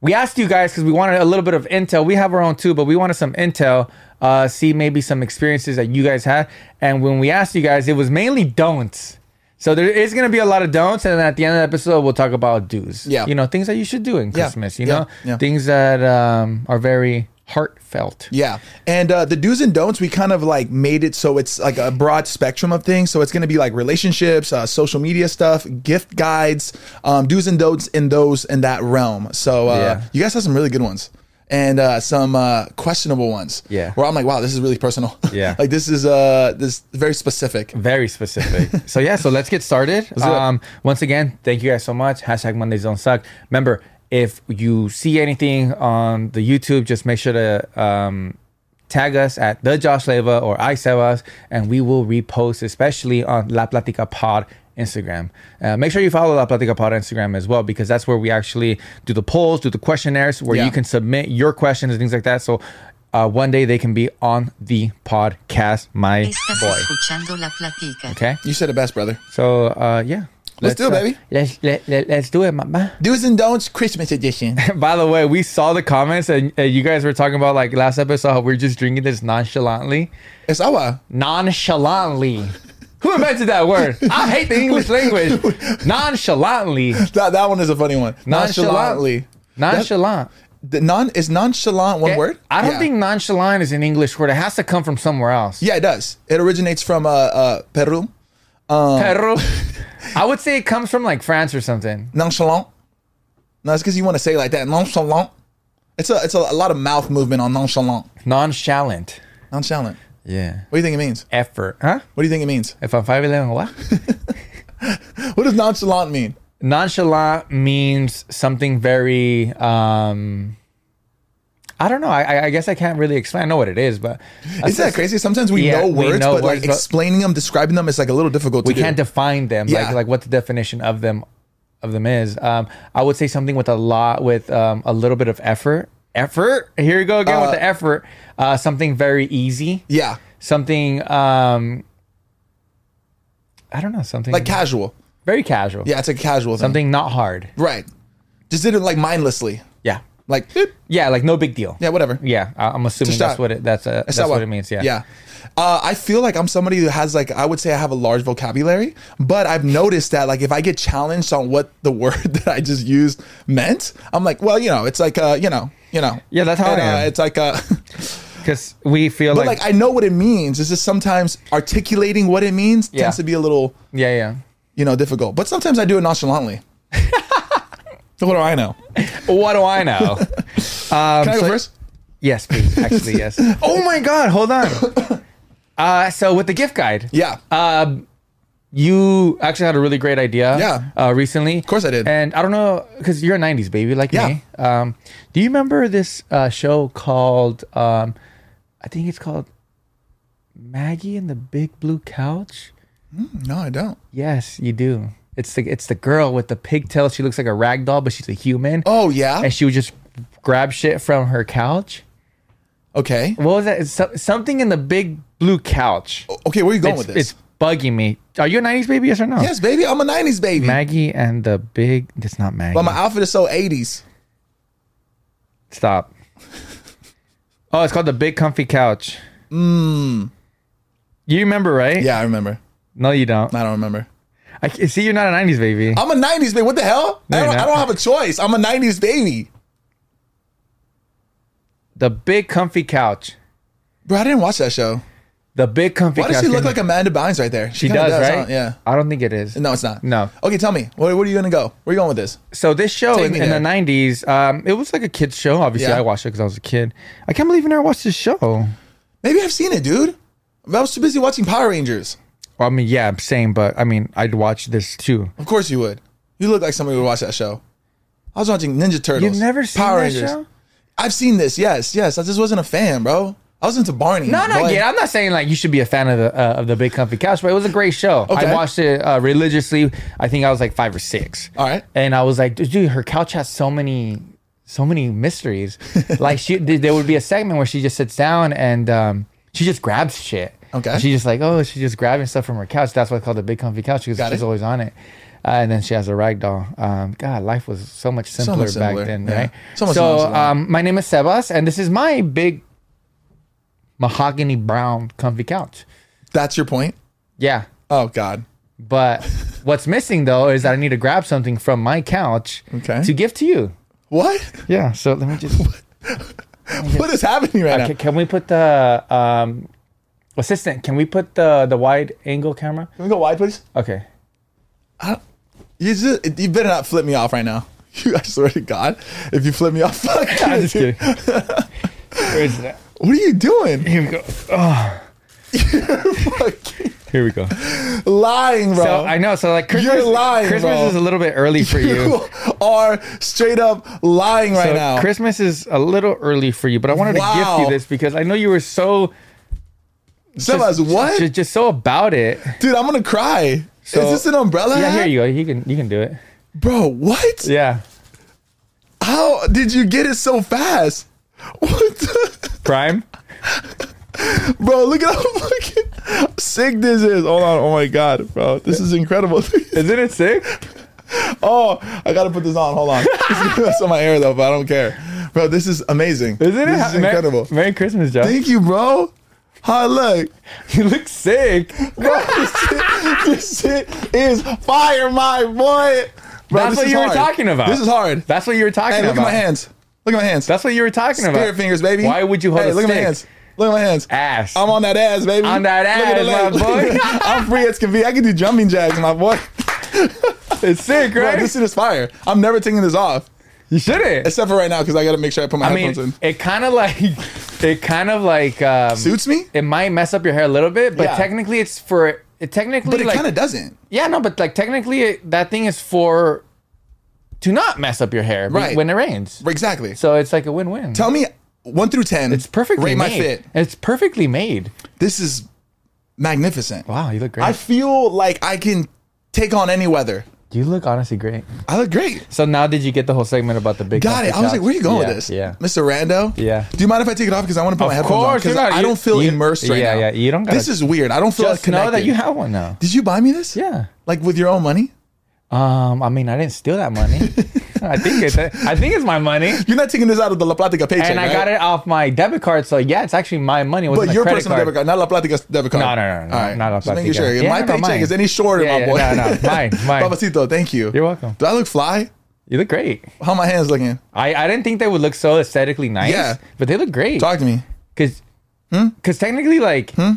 [SPEAKER 2] we asked you guys because we wanted a little bit of intel. We have our own too, but we wanted some intel. Uh, see maybe some experiences that you guys had. And when we asked you guys, it was mainly don'ts. So there is going to be a lot of don'ts, and at the end of the episode, we'll talk about do's.
[SPEAKER 1] Yeah.
[SPEAKER 2] you know things that you should do in
[SPEAKER 1] Yeah.
[SPEAKER 2] Christmas. You
[SPEAKER 1] Yeah.
[SPEAKER 2] know
[SPEAKER 1] Yeah.
[SPEAKER 2] things that um, are very heartfelt.
[SPEAKER 1] Yeah. And uh, the do's and don'ts, we kind of like made it so it's like a broad spectrum of things. So it's going to be like relationships, uh, social media stuff, gift guides, um, do's and don'ts in those in that realm. So uh,
[SPEAKER 2] Yeah.
[SPEAKER 1] you guys have some really good ones. and uh, some uh, questionable ones.
[SPEAKER 2] Yeah.
[SPEAKER 1] Where I'm like, wow, this is really personal. <laughs>
[SPEAKER 2] Yeah.
[SPEAKER 1] like this is uh this is very specific.
[SPEAKER 2] Very
[SPEAKER 1] <laughs>
[SPEAKER 2] specific. so yeah, so let's get started.
[SPEAKER 1] do it.
[SPEAKER 2] um, once again, thank you guys so much. Hashtag Mondays don't suck. Remember, if you see anything on the YouTube, just make sure to um, tag us at the Josh Leva or I Sebas, and we will repost, especially on La Platica Pod Instagram. Uh, make sure you follow La Platica Pod Instagram as well, because that's where we actually do the polls, do the questionnaires, where
[SPEAKER 1] Yeah.
[SPEAKER 2] you can submit your questions and things like that. So. Uh, one day they can be on the podcast, my
[SPEAKER 3] Estás
[SPEAKER 2] boy.
[SPEAKER 3] escuchando la platica.
[SPEAKER 2] Okay.
[SPEAKER 1] You said it best, brother.
[SPEAKER 2] So uh, yeah,
[SPEAKER 1] Let's do it,
[SPEAKER 2] uh,
[SPEAKER 1] baby.
[SPEAKER 2] Let's let, let, let's do it, mama.
[SPEAKER 1] Do's and don'ts Christmas edition.
[SPEAKER 2] <laughs> By the way, we saw the comments, and, and you guys were talking about like last episode how we're just drinking this nonchalantly,
[SPEAKER 1] It's our
[SPEAKER 2] nonchalantly. Who invented that word? I hate the English language. Nonchalantly,
[SPEAKER 1] that, that one is a funny one. Nonchalantly.
[SPEAKER 2] Nonchalant. nonchalant.
[SPEAKER 1] The non is nonchalant one word.
[SPEAKER 2] I don't
[SPEAKER 1] Yeah.
[SPEAKER 2] think nonchalant is an English word. It has to come from somewhere else.
[SPEAKER 1] Yeah, it does. It originates from uh, uh Peru. Um.
[SPEAKER 2] <laughs>
[SPEAKER 1] <laughs>
[SPEAKER 2] Perro. I would say it comes from like France or something.
[SPEAKER 1] Nonchalant. No, it's because you want to say it like that. Nonchalant. It's a it's a, a lot of mouth movement on nonchalant.
[SPEAKER 2] Nonchalant.
[SPEAKER 1] Nonchalant.
[SPEAKER 2] Yeah.
[SPEAKER 1] What do you think it means?
[SPEAKER 2] Effort, huh?
[SPEAKER 1] What do you think it means?
[SPEAKER 2] If I'm five eleven, what?
[SPEAKER 1] What does nonchalant mean?
[SPEAKER 2] nonchalant means something very um i don't know i I- i guess i can't really explain i know what it is but
[SPEAKER 1] Isn't that crazy? Sometimes we
[SPEAKER 2] Yeah,
[SPEAKER 1] know
[SPEAKER 2] we
[SPEAKER 1] words,
[SPEAKER 2] know
[SPEAKER 1] but
[SPEAKER 2] words,
[SPEAKER 1] like
[SPEAKER 2] but-
[SPEAKER 1] explaining them, describing them is like a little difficult to
[SPEAKER 2] we
[SPEAKER 1] do.
[SPEAKER 2] can't define them
[SPEAKER 1] Yeah.
[SPEAKER 2] like like what the definition of them of them is um i would say something with a lot with um a little bit of effort effort here you go again with
[SPEAKER 1] Uh,
[SPEAKER 2] the effort uh something very easy
[SPEAKER 1] yeah,
[SPEAKER 2] something um i don't know something
[SPEAKER 1] like casual.
[SPEAKER 2] very casual
[SPEAKER 1] Yeah, it's a casual thing.
[SPEAKER 2] something not hard
[SPEAKER 1] Right. Just did it like mindlessly.
[SPEAKER 2] yeah
[SPEAKER 1] Like, boop.
[SPEAKER 2] yeah like no big deal
[SPEAKER 1] yeah, whatever.
[SPEAKER 2] Yeah, I- I'm assuming
[SPEAKER 1] Just
[SPEAKER 2] that's
[SPEAKER 1] that.
[SPEAKER 2] what it that's uh, that's
[SPEAKER 1] that
[SPEAKER 2] what
[SPEAKER 1] one.
[SPEAKER 2] it means. Yeah.
[SPEAKER 1] Yeah. Uh, I feel like I'm somebody who has like I would say I have a large vocabulary, but I've noticed that like if I get challenged on what the <laughs> word that I just used meant, I'm like, well, you know, it's like uh, you know, you know.
[SPEAKER 2] Yeah, that's how
[SPEAKER 1] And,
[SPEAKER 2] I
[SPEAKER 1] uh,
[SPEAKER 2] am.
[SPEAKER 1] it's like uh <laughs>
[SPEAKER 2] because we feel
[SPEAKER 1] but
[SPEAKER 2] like,
[SPEAKER 1] like I know what it means. It's just sometimes articulating what it means
[SPEAKER 2] Yeah.
[SPEAKER 1] tends to be a little,
[SPEAKER 2] yeah, yeah.
[SPEAKER 1] you know, difficult. But sometimes I do it
[SPEAKER 2] <laughs>
[SPEAKER 1] nonchalantly. what do I know? Can
[SPEAKER 2] What do I know? um,
[SPEAKER 1] I go
[SPEAKER 2] so-
[SPEAKER 1] first?
[SPEAKER 2] <laughs> yes, please. Actually, yes. <laughs> oh my God! Hold on. <coughs> Uh, so with the gift guide, um,
[SPEAKER 1] Yeah.
[SPEAKER 2] you actually had a really great idea.
[SPEAKER 1] Yeah.
[SPEAKER 2] Uh, recently, of
[SPEAKER 1] course I did.
[SPEAKER 2] And I don't know because you're a '90s baby like
[SPEAKER 1] Yeah.
[SPEAKER 2] me. Um, do you remember this uh, show called? Um, I think it's called Maggie and the Big Blue Couch.
[SPEAKER 1] no, I don't.
[SPEAKER 2] Yes, you do. It's the it's the girl with the pigtail. She looks like a rag doll, but she's a human.
[SPEAKER 1] Oh yeah.
[SPEAKER 2] And she would just grab shit from her couch.
[SPEAKER 1] Okay.
[SPEAKER 2] What was that? It's so, something in the big blue couch.
[SPEAKER 1] Okay, where are you going
[SPEAKER 2] It's,
[SPEAKER 1] with this?
[SPEAKER 2] it's bugging me. Are you a '90s baby? Yes or no?
[SPEAKER 1] Yes, baby. I'm a '90s baby.
[SPEAKER 2] Maggie and the big. It's not Maggie.
[SPEAKER 1] But my outfit is so 80s.
[SPEAKER 2] Stop. Oh, it's called the big comfy couch. Mmm. You remember, right?
[SPEAKER 1] Hmm. Yeah, I remember.
[SPEAKER 2] No, you don't.
[SPEAKER 1] I don't remember.
[SPEAKER 2] I c- see you're not a '90s baby.
[SPEAKER 1] I'm a 90s baby. What the hell?
[SPEAKER 2] No,
[SPEAKER 1] I,
[SPEAKER 2] you're
[SPEAKER 1] don't, I
[SPEAKER 2] not.
[SPEAKER 1] don't have a choice. I'm a 90s baby.
[SPEAKER 2] The big comfy couch.
[SPEAKER 1] Bro, I didn't watch that show.
[SPEAKER 2] The big comfy.
[SPEAKER 1] Why does
[SPEAKER 2] couch.
[SPEAKER 1] she look
[SPEAKER 2] Can-
[SPEAKER 1] like Amanda Bynes right there?
[SPEAKER 2] She
[SPEAKER 1] kinda
[SPEAKER 2] does,
[SPEAKER 1] huh?
[SPEAKER 2] right?
[SPEAKER 1] Yeah.
[SPEAKER 2] I don't think it is.
[SPEAKER 1] No, it's not.
[SPEAKER 2] No.
[SPEAKER 1] Okay, tell me. Where, where are you going to go? Where are you going with this?
[SPEAKER 2] So this show
[SPEAKER 1] Take
[SPEAKER 2] in,
[SPEAKER 1] me
[SPEAKER 2] in the
[SPEAKER 1] there.
[SPEAKER 2] '90s, um, it was like a kids show. Obviously,
[SPEAKER 1] Yeah.
[SPEAKER 2] I watched it because I was a kid. I can't believe you never watched this show. Well,
[SPEAKER 1] Maybe I've seen it, dude. I was too busy watching Power Rangers.
[SPEAKER 2] I mean, yeah, I'm saying, but I mean, I'd watch this too.
[SPEAKER 1] Of course you would. You look like somebody who would watch that show. I was watching Ninja Turtles.
[SPEAKER 2] You've never seen that show?
[SPEAKER 1] I've seen this, yes, yes. I just wasn't a fan, bro. I was into Barney.
[SPEAKER 2] No, no,
[SPEAKER 1] boy.
[SPEAKER 2] yeah, I'm not saying like you should be a fan of the uh, of the Big Comfy Couch, but it was a great show.
[SPEAKER 1] Okay.
[SPEAKER 2] I watched it uh, religiously. I think I was like five or six.
[SPEAKER 1] All right.
[SPEAKER 2] and I was like, dude, her couch has so many, so
[SPEAKER 1] <laughs>
[SPEAKER 2] many mysteries. like she, th- there would be a segment where she just sits down and um, she just grabs shit.
[SPEAKER 1] Okay.
[SPEAKER 2] She just like, oh, she's just grabbing stuff from her couch. That's why it's called the big comfy couch because
[SPEAKER 1] Got
[SPEAKER 2] she's
[SPEAKER 1] it.
[SPEAKER 2] always on it. Uh, and then she has a rag doll. Um, God, life was so much simpler,
[SPEAKER 1] much simpler,
[SPEAKER 2] back then,
[SPEAKER 1] yeah.
[SPEAKER 2] right?
[SPEAKER 1] So much
[SPEAKER 2] so
[SPEAKER 1] nonchalant.
[SPEAKER 2] um, my name is Sebas, and this is my big mahogany brown comfy couch.
[SPEAKER 1] That's your point?
[SPEAKER 2] Yeah.
[SPEAKER 1] Oh, God.
[SPEAKER 2] But
[SPEAKER 1] <laughs>
[SPEAKER 2] what's missing though is that I need to grab something from my couch
[SPEAKER 1] Okay.
[SPEAKER 2] to give to you.
[SPEAKER 1] What?
[SPEAKER 2] Yeah. So let
[SPEAKER 1] <laughs>
[SPEAKER 2] me just.
[SPEAKER 1] What is happening right
[SPEAKER 2] Can,
[SPEAKER 1] now?
[SPEAKER 2] can we put the um, assistant? Can we put the the wide angle camera?
[SPEAKER 1] Can we go wide, please?
[SPEAKER 2] Okay. <laughs>
[SPEAKER 1] You just, you better not flip me off right now. <laughs> You, I swear to God, if you flip me off, <laughs> fuck you,
[SPEAKER 2] I'm just kidding.
[SPEAKER 1] dude.
[SPEAKER 2] Where is that?
[SPEAKER 1] What are you doing?
[SPEAKER 2] <laughs> Here we go. Oh,
[SPEAKER 1] Fucking
[SPEAKER 2] here we go.
[SPEAKER 1] lying, bro.
[SPEAKER 2] So I know. So like Christmas,
[SPEAKER 1] You're lying,
[SPEAKER 2] Christmas
[SPEAKER 1] bro.
[SPEAKER 2] is a little bit
[SPEAKER 1] <laughs>
[SPEAKER 2] early for you.
[SPEAKER 1] you are straight up lying right
[SPEAKER 2] So
[SPEAKER 1] now.
[SPEAKER 2] Christmas is a little early for you, but I wanted to gift
[SPEAKER 1] Wow.
[SPEAKER 2] you this because I know you were so
[SPEAKER 1] Sebas, what?
[SPEAKER 2] just, just so about it.
[SPEAKER 1] Dude, I'm gonna cry.
[SPEAKER 2] So-
[SPEAKER 1] Is this an umbrella?
[SPEAKER 2] Yeah,
[SPEAKER 1] hat?
[SPEAKER 2] here you go. You can you can do it.
[SPEAKER 1] Bro, what?
[SPEAKER 2] Yeah,
[SPEAKER 1] How did you get it so fast? <laughs> What the?
[SPEAKER 2] prime.
[SPEAKER 1] Bro, look at how <laughs> fucking sick this is. Hold on. Oh my God, bro. This is incredible. <laughs>
[SPEAKER 2] Isn't it sick?
[SPEAKER 1] oh, I gotta put this on. Hold
[SPEAKER 2] <laughs>
[SPEAKER 1] on. That's on my hair though, but I don't care. Bro, this is amazing.
[SPEAKER 2] Isn't it?
[SPEAKER 1] this is
[SPEAKER 2] Ha- Mer-
[SPEAKER 1] incredible.
[SPEAKER 2] Merry Christmas, Joe.
[SPEAKER 1] Thank you, bro. Hi, look.
[SPEAKER 2] <laughs> you look sick.
[SPEAKER 1] Bro, <laughs> this shit, this shit is fire, my boy. Bro,
[SPEAKER 2] That's
[SPEAKER 1] this
[SPEAKER 2] what
[SPEAKER 1] is
[SPEAKER 2] you were
[SPEAKER 1] hard.
[SPEAKER 2] talking about.
[SPEAKER 1] This is hard.
[SPEAKER 2] That's what you were talking
[SPEAKER 1] Hey, look
[SPEAKER 2] about.
[SPEAKER 1] at my hands. Look at my hands.
[SPEAKER 2] That's what you were talking
[SPEAKER 1] Spirit
[SPEAKER 2] about.
[SPEAKER 1] fingers, baby.
[SPEAKER 2] Why would you hold
[SPEAKER 1] hey,
[SPEAKER 2] a
[SPEAKER 1] look at my
[SPEAKER 2] stick?
[SPEAKER 1] hands. Look at my hands.
[SPEAKER 2] Ass.
[SPEAKER 1] I'm on that ass, baby.
[SPEAKER 2] On that
[SPEAKER 1] Look at
[SPEAKER 2] ass,
[SPEAKER 1] the
[SPEAKER 2] my
[SPEAKER 1] leg.
[SPEAKER 2] boy.
[SPEAKER 1] <laughs> I'm free as can be. I can do jumping jacks, my boy.
[SPEAKER 2] it's sick,
[SPEAKER 1] Bro,
[SPEAKER 2] right?
[SPEAKER 1] this shit is fire. I'm never taking this off,
[SPEAKER 2] you shouldn't.
[SPEAKER 1] except for right now because I got to make sure I put my
[SPEAKER 2] I
[SPEAKER 1] headphones
[SPEAKER 2] mean,
[SPEAKER 1] in.
[SPEAKER 2] it kind of like, <laughs> it kind of like, um,
[SPEAKER 1] Suits me,
[SPEAKER 2] it might mess up your hair a little bit, but
[SPEAKER 1] Yeah.
[SPEAKER 2] technically it's for, it technically
[SPEAKER 1] but it
[SPEAKER 2] like,
[SPEAKER 1] kind of doesn't.
[SPEAKER 2] yeah, no, but like technically it, that thing is for, to not mess up your hair be-
[SPEAKER 1] Right.
[SPEAKER 2] when it rains.
[SPEAKER 1] Exactly.
[SPEAKER 2] So it's like a win-win.
[SPEAKER 1] Tell me, one through ten.
[SPEAKER 2] it's perfectly
[SPEAKER 1] Rate
[SPEAKER 2] made.
[SPEAKER 1] my fit.
[SPEAKER 2] It's perfectly made.
[SPEAKER 1] This is magnificent.
[SPEAKER 2] Wow, you look great.
[SPEAKER 1] I feel like I can take on any weather.
[SPEAKER 2] you look honestly great.
[SPEAKER 1] I look great.
[SPEAKER 2] So now did you get the whole segment about the big?
[SPEAKER 1] Got it.
[SPEAKER 2] coffee
[SPEAKER 1] I was like,
[SPEAKER 2] shops?
[SPEAKER 1] "Where you going
[SPEAKER 2] Yeah,
[SPEAKER 1] with this,
[SPEAKER 2] Yeah.
[SPEAKER 1] Mr. Rando?"
[SPEAKER 2] Yeah.
[SPEAKER 1] Do you mind if I take it off because I want to put my
[SPEAKER 2] Of
[SPEAKER 1] headphones on
[SPEAKER 2] course,
[SPEAKER 1] because
[SPEAKER 2] you're not-
[SPEAKER 1] I
[SPEAKER 2] you-
[SPEAKER 1] don't feel
[SPEAKER 2] you-
[SPEAKER 1] immersed right
[SPEAKER 2] yeah,
[SPEAKER 1] now.
[SPEAKER 2] yeah, you don't
[SPEAKER 1] This
[SPEAKER 2] gotta-
[SPEAKER 1] is weird. I don't feel
[SPEAKER 2] Just
[SPEAKER 1] connected.
[SPEAKER 2] know that you have one now.
[SPEAKER 1] Did you buy me this?
[SPEAKER 2] Yeah.
[SPEAKER 1] Like with your own money?
[SPEAKER 2] Um, I mean, I didn't steal
[SPEAKER 1] <laughs>
[SPEAKER 2] that money. I think it's I think it's my money,
[SPEAKER 1] You're not taking this out of the La Platica paycheck,
[SPEAKER 2] and I
[SPEAKER 1] right?
[SPEAKER 2] got it off my debit card. So yeah, it's actually my money. It wasn't
[SPEAKER 1] But
[SPEAKER 2] a
[SPEAKER 1] your
[SPEAKER 2] credit
[SPEAKER 1] personal
[SPEAKER 2] card.
[SPEAKER 1] debit card, not La Platica's debit card.
[SPEAKER 2] No, no, no, no, not La
[SPEAKER 1] Just making
[SPEAKER 2] Platica.
[SPEAKER 1] sure. If
[SPEAKER 2] Yeah,
[SPEAKER 1] my
[SPEAKER 2] no,
[SPEAKER 1] paycheck
[SPEAKER 2] mine.
[SPEAKER 1] is any shorter,
[SPEAKER 2] Yeah,
[SPEAKER 1] my
[SPEAKER 2] yeah,
[SPEAKER 1] boy. <laughs>
[SPEAKER 2] no, no, mine, mine.
[SPEAKER 1] Papacito, thank you.
[SPEAKER 2] You're welcome.
[SPEAKER 1] Do I look fly?
[SPEAKER 2] You look great.
[SPEAKER 1] How my hands looking?
[SPEAKER 2] I, I didn't think they would look so aesthetically nice.
[SPEAKER 1] Yeah. Hmm?
[SPEAKER 2] But they look great.
[SPEAKER 1] Talk to me.
[SPEAKER 2] Because technically, like,
[SPEAKER 1] Hmm?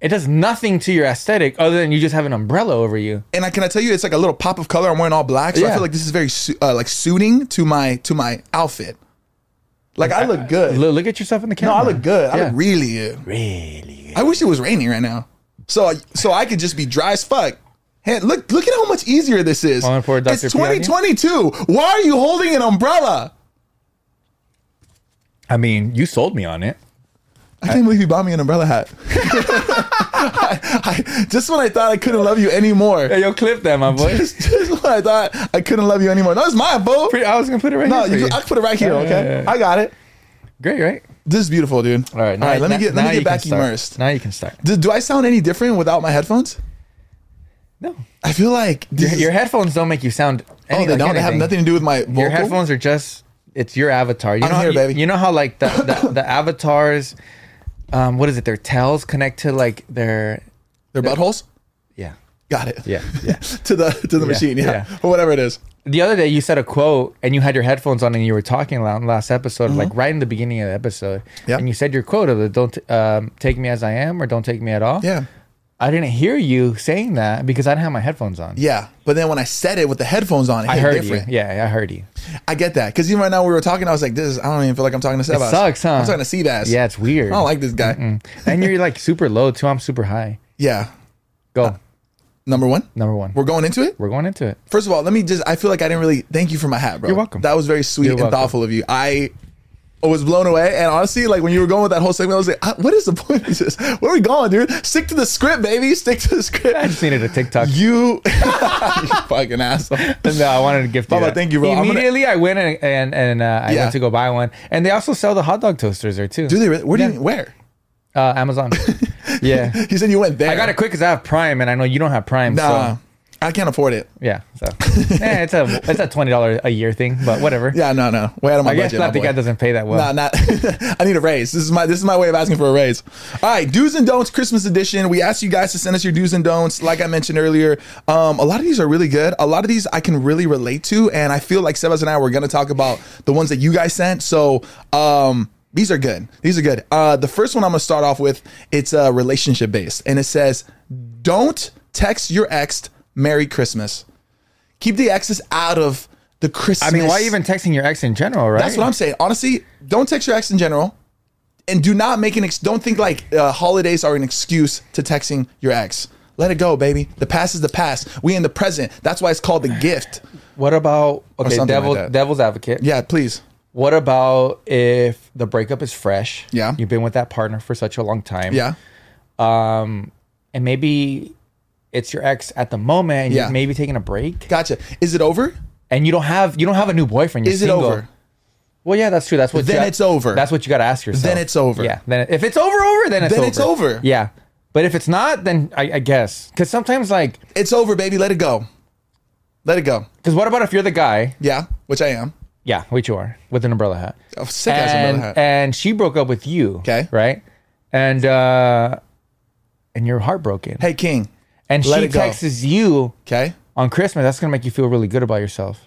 [SPEAKER 2] it does nothing to your aesthetic other than you just have an umbrella over you.
[SPEAKER 1] And I, can I tell you, it's like a little pop of color. I'm wearing all black, so I
[SPEAKER 2] Yeah.
[SPEAKER 1] feel like this is very su- uh, like suiting to my to my outfit. Like I look good.
[SPEAKER 2] Look, look at yourself in the
[SPEAKER 1] no,
[SPEAKER 2] camera.
[SPEAKER 1] I look good. I
[SPEAKER 2] Yeah.
[SPEAKER 1] look really good.
[SPEAKER 2] really good.
[SPEAKER 1] I wish it was raining right now, so so I could just be dry as fuck. Hey, look look at how much easier this is.
[SPEAKER 2] Calling for Dr.
[SPEAKER 1] It's
[SPEAKER 2] P on you?
[SPEAKER 1] 2022. Why are you holding an umbrella?
[SPEAKER 2] I mean, you sold me on it.
[SPEAKER 1] I can't believe you bought me an umbrella hat. <laughs> I, I, just when I thought I couldn't love you anymore.
[SPEAKER 2] Hey, yo, clip that, my
[SPEAKER 1] <laughs>
[SPEAKER 2] boy.
[SPEAKER 1] Just, just when I thought I couldn't love you anymore. No, it's my fault.
[SPEAKER 2] Pretty- I was gonna put it right
[SPEAKER 1] No,
[SPEAKER 2] here. for
[SPEAKER 1] you,
[SPEAKER 2] you.
[SPEAKER 1] I can put it right here.
[SPEAKER 2] Yeah, yeah,
[SPEAKER 1] Okay,
[SPEAKER 2] yeah.
[SPEAKER 1] I got it.
[SPEAKER 2] Great, right?
[SPEAKER 1] This is beautiful, dude.
[SPEAKER 2] All right.
[SPEAKER 1] all right. Let me
[SPEAKER 2] now-
[SPEAKER 1] get let
[SPEAKER 2] now
[SPEAKER 1] me
[SPEAKER 2] you
[SPEAKER 1] get
[SPEAKER 2] can
[SPEAKER 1] back
[SPEAKER 2] start.
[SPEAKER 1] immersed.
[SPEAKER 2] Now you can start.
[SPEAKER 1] Do, do I sound any different without my headphones?
[SPEAKER 2] No,
[SPEAKER 1] I feel like
[SPEAKER 2] your,
[SPEAKER 1] this is-
[SPEAKER 2] your headphones don't make you sound.
[SPEAKER 1] oh,
[SPEAKER 2] Any,
[SPEAKER 1] they
[SPEAKER 2] like
[SPEAKER 1] don't. They have
[SPEAKER 2] anything.
[SPEAKER 1] nothing to do with my vocal.
[SPEAKER 2] Your headphones are just. It's your avatar. You
[SPEAKER 1] I'm
[SPEAKER 2] know, how-
[SPEAKER 1] here,
[SPEAKER 2] you,
[SPEAKER 1] baby.
[SPEAKER 2] you know how like the
[SPEAKER 1] <laughs>
[SPEAKER 2] the, the avatars, um, what is it? Their tails connect to like their,
[SPEAKER 1] They're buttholes.
[SPEAKER 2] yeah,
[SPEAKER 1] Got it.
[SPEAKER 2] yeah, yeah.
[SPEAKER 1] <laughs> to the to the machine, yeah,
[SPEAKER 2] yeah.
[SPEAKER 1] or whatever it is.
[SPEAKER 2] the other day you said a quote and you had your headphones on and you were talking loud in the last episode, like right in the beginning of the episode,
[SPEAKER 1] Mm-hmm. Yeah.
[SPEAKER 2] and you said your quote of the "Don't um, take me as I am" or "Don't take me at all."
[SPEAKER 1] Yeah,
[SPEAKER 2] I didn't hear you saying that because I didn't have my headphones on.
[SPEAKER 1] yeah. But then when I said it with the headphones on, it
[SPEAKER 2] I
[SPEAKER 1] hit
[SPEAKER 2] heard
[SPEAKER 1] different.
[SPEAKER 2] you. Yeah, I heard you.
[SPEAKER 1] I get that because even right now we were talking, I was like, "This is." I don't even feel like I'm talking to Sebas.
[SPEAKER 2] sucks, huh?
[SPEAKER 1] I'm talking to Sebas.
[SPEAKER 2] Yeah, it's weird.
[SPEAKER 1] Oh, I don't like this guy.
[SPEAKER 2] and you're like super low too. I'm super high.
[SPEAKER 1] Yeah,
[SPEAKER 2] Go
[SPEAKER 1] number one.
[SPEAKER 2] number one.
[SPEAKER 1] Uh,
[SPEAKER 2] We're,
[SPEAKER 1] We're going into it.
[SPEAKER 2] going into it.
[SPEAKER 1] First of all, let me just. I feel like I didn't really thank you for my hat, bro.
[SPEAKER 2] You're welcome.
[SPEAKER 1] That was very sweet
[SPEAKER 2] You're
[SPEAKER 1] and
[SPEAKER 2] welcome.
[SPEAKER 1] thoughtful of you. I was blown away, and honestly, like when you were going with that whole segment, I was like, "I- "What is the point of this? Where are we going, dude? Stick to the script, baby. Stick to the
[SPEAKER 2] I
[SPEAKER 1] script."
[SPEAKER 2] just needed
[SPEAKER 1] <laughs>
[SPEAKER 2] a TikTok.
[SPEAKER 1] You, you fucking asshole.
[SPEAKER 2] no, I wanted to gift you.
[SPEAKER 1] Baba,
[SPEAKER 2] that.
[SPEAKER 1] thank you, bro. I'm gonna-
[SPEAKER 2] Immediately, I went and and, and uh, I
[SPEAKER 1] Yeah.
[SPEAKER 2] went to go buy one, and they also sell the hot dog toasters there too.
[SPEAKER 1] Do they? Really, where do
[SPEAKER 2] Yeah.
[SPEAKER 1] you? Where?
[SPEAKER 2] Uh,
[SPEAKER 1] <laughs>
[SPEAKER 2] Amazon. yeah,
[SPEAKER 1] He said you went there.
[SPEAKER 2] I got it quick because I have Prime, and I know you don't have Prime.
[SPEAKER 1] Nah,
[SPEAKER 2] So
[SPEAKER 1] I can't afford it.
[SPEAKER 2] yeah,
[SPEAKER 1] <laughs>
[SPEAKER 2] so Eh, it's a it's a twenty dollar a year thing, but whatever.
[SPEAKER 1] Yeah, no, no, way out of my
[SPEAKER 2] I guess
[SPEAKER 1] budget. my boy.
[SPEAKER 2] Platica doesn't pay that
[SPEAKER 1] Nah, <laughs>
[SPEAKER 2] well.
[SPEAKER 1] not. I need a raise. This is my this is my way of asking for a raise. All right, do's and don'ts Christmas edition. We asked you guys to send us your do's and don'ts. Like I mentioned earlier, um, a lot of these are really good. A lot of these I can really relate to, and I feel like Sebas and I were going to talk about the ones that you guys sent. So um, these are good. These are good. Uh, the first one I'm going to start off with. It's uh, relationship based, and it says, "Don't text your ex Merry Christmas." keep the exes out of the Christmas.
[SPEAKER 2] I mean, why even texting your ex in general, right?
[SPEAKER 1] That's what I'm saying. Honestly, don't text your ex in general, and do not make an ex. Don't think like uh, holidays are an excuse to texting your ex. Let it go, baby. The past is the past. We in the present. That's why it's called the gift.
[SPEAKER 2] What about okay,
[SPEAKER 1] something
[SPEAKER 2] devil,
[SPEAKER 1] like that.
[SPEAKER 2] devil's advocate?
[SPEAKER 1] Yeah, please.
[SPEAKER 2] What about if the breakup is fresh?
[SPEAKER 1] Yeah.
[SPEAKER 2] you've been with that partner for such a long time.
[SPEAKER 1] Yeah,
[SPEAKER 2] Um, and maybe it's your ex at the moment. And
[SPEAKER 1] Yeah.
[SPEAKER 2] you're maybe taking a break,
[SPEAKER 1] gotcha. Is it over?
[SPEAKER 2] and you don't have you don't have a new boyfriend. You're
[SPEAKER 1] Is it
[SPEAKER 2] single.
[SPEAKER 1] over?
[SPEAKER 2] Well, yeah, that's true. That's what.
[SPEAKER 1] Then
[SPEAKER 2] you got-
[SPEAKER 1] it's over.
[SPEAKER 2] That's what you got to ask yourself.
[SPEAKER 1] Then it's over.
[SPEAKER 2] Yeah. Then if it's over, over, then it's
[SPEAKER 1] Then
[SPEAKER 2] over.
[SPEAKER 1] it's over.
[SPEAKER 2] Yeah. But if it's not, then I, I guess because sometimes like
[SPEAKER 1] It's over, baby. Let it go. Let it go.
[SPEAKER 2] because what about if you're the guy?
[SPEAKER 1] Yeah, which I am.
[SPEAKER 2] Yeah, which you are with an umbrella hat.
[SPEAKER 1] Oh, sick ass
[SPEAKER 2] and,
[SPEAKER 1] umbrella hat.
[SPEAKER 2] and she broke up with you.
[SPEAKER 1] 'Kay.
[SPEAKER 2] Right. And uh and you're heartbroken.
[SPEAKER 1] hey, King.
[SPEAKER 2] and
[SPEAKER 1] let
[SPEAKER 2] she
[SPEAKER 1] it go.
[SPEAKER 2] texts you
[SPEAKER 1] Okay.
[SPEAKER 2] on Christmas. That's gonna make you feel really good about yourself.